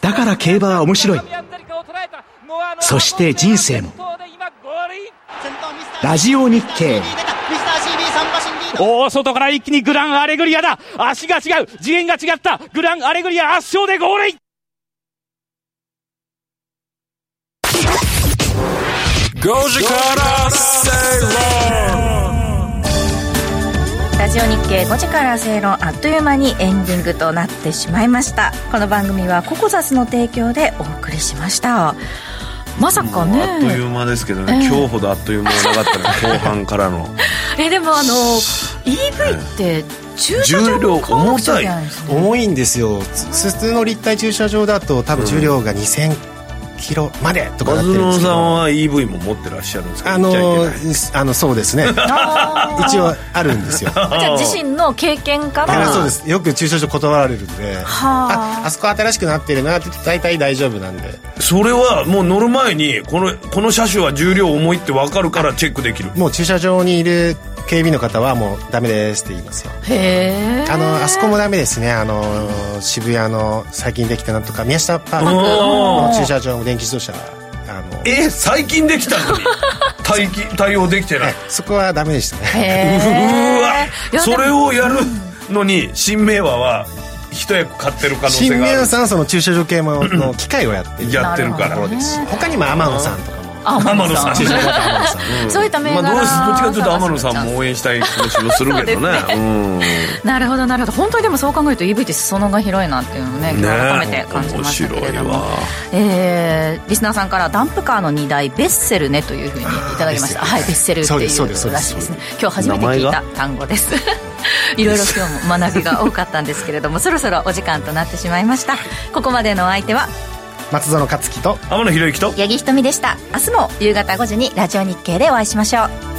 Speaker 9: だから競馬は面白いそして人生もラジオ日経
Speaker 8: 大外から一気にグランアレグリアだ足が違う次元が違ったグランアレグリア圧勝でゴールイン
Speaker 1: Goji Kara Seiron.
Speaker 4: ラジオ日経5時から正論あっという間にエンディングとなってしまいましたこの番組はココザスの提供でお送りしましたまさか
Speaker 3: もうあっという
Speaker 4: ね
Speaker 3: 間ですけどね、今日ほどあっという間はなかったね後半からの
Speaker 4: えでもあの EV って駐車場
Speaker 3: 重量
Speaker 4: の価格
Speaker 3: 重たい
Speaker 4: じゃないですか
Speaker 2: 重いんですよつ普通の立体駐車場だと多分重量が2000キロまでとかな
Speaker 3: 和
Speaker 2: ってるんで
Speaker 3: 園
Speaker 2: すけ
Speaker 3: さん
Speaker 2: ど
Speaker 3: は EV も持ってらっしゃるんですけど
Speaker 2: あ
Speaker 3: 言っ
Speaker 2: の
Speaker 3: ちゃいけない
Speaker 2: あのそうですね一応 <laughs> あるん <laughs> ですよ
Speaker 4: じゃあ自身の経験か
Speaker 2: あ
Speaker 4: ら
Speaker 2: そうですよく駐車場断られるんで
Speaker 4: はあ
Speaker 2: ああそこ新しくなってるなって言って大体大丈夫なんで
Speaker 3: それはもう乗る前にこのこの車種は重量重いって分かるからチェックできる
Speaker 2: もう駐車場にいる警備の方はもうダメですって言いますよ
Speaker 4: へえ
Speaker 2: あのあそこもダメですねあの渋谷の最近できたなんとか宮下パーク
Speaker 3: お
Speaker 2: の
Speaker 3: ー
Speaker 2: 駐車場も電気自動車あの
Speaker 3: え最近できたのに対き対応できてない
Speaker 2: そこはダメでしたね
Speaker 4: へーい
Speaker 3: ー
Speaker 4: や
Speaker 3: そ
Speaker 4: で
Speaker 3: れ
Speaker 4: も
Speaker 3: をやるのに新名和は一役買ってる可能
Speaker 2: 新
Speaker 3: 性があ
Speaker 2: 名
Speaker 3: る
Speaker 2: さんその駐車場系もの機械をやってる
Speaker 3: やってるから
Speaker 4: なるほどね
Speaker 2: 他にも天野さんとかも
Speaker 4: あ
Speaker 3: 天野さん
Speaker 2: 駐車場の天野さん
Speaker 4: そういった銘
Speaker 3: ま
Speaker 4: 柄
Speaker 3: あ、どうですどっちかというと天野
Speaker 4: 探
Speaker 3: さ
Speaker 4: す
Speaker 3: ん
Speaker 4: の
Speaker 3: も応援したい気持ちもするけど
Speaker 4: そうです
Speaker 3: ね
Speaker 4: なるほどなるほど本当にでもそう考えると EV って裾野が広いなっていうのをね
Speaker 3: うん
Speaker 4: 今日
Speaker 3: ね
Speaker 4: 改めて感じま
Speaker 3: 面
Speaker 4: した
Speaker 3: 白
Speaker 4: けれ
Speaker 3: い
Speaker 4: ども、
Speaker 3: わ
Speaker 4: えーリスナーさんからダンプカーの荷台ベッセルねというふうにいただきました
Speaker 2: あー
Speaker 4: はいベッセルって
Speaker 2: そうですそうで
Speaker 4: い
Speaker 2: すそううで
Speaker 4: ら
Speaker 2: す
Speaker 4: しいですね今日初めて聞いた単語ですいろいろ今日も学びが多かったんですけれど
Speaker 2: <laughs>
Speaker 4: もそろそろお時間となってしまいましたここまでのお相手は
Speaker 2: 松園克樹と
Speaker 3: 天野ひろゆきと
Speaker 4: 八木ひとみでした明日も夕方5時にラジオ日経でお会いしましょう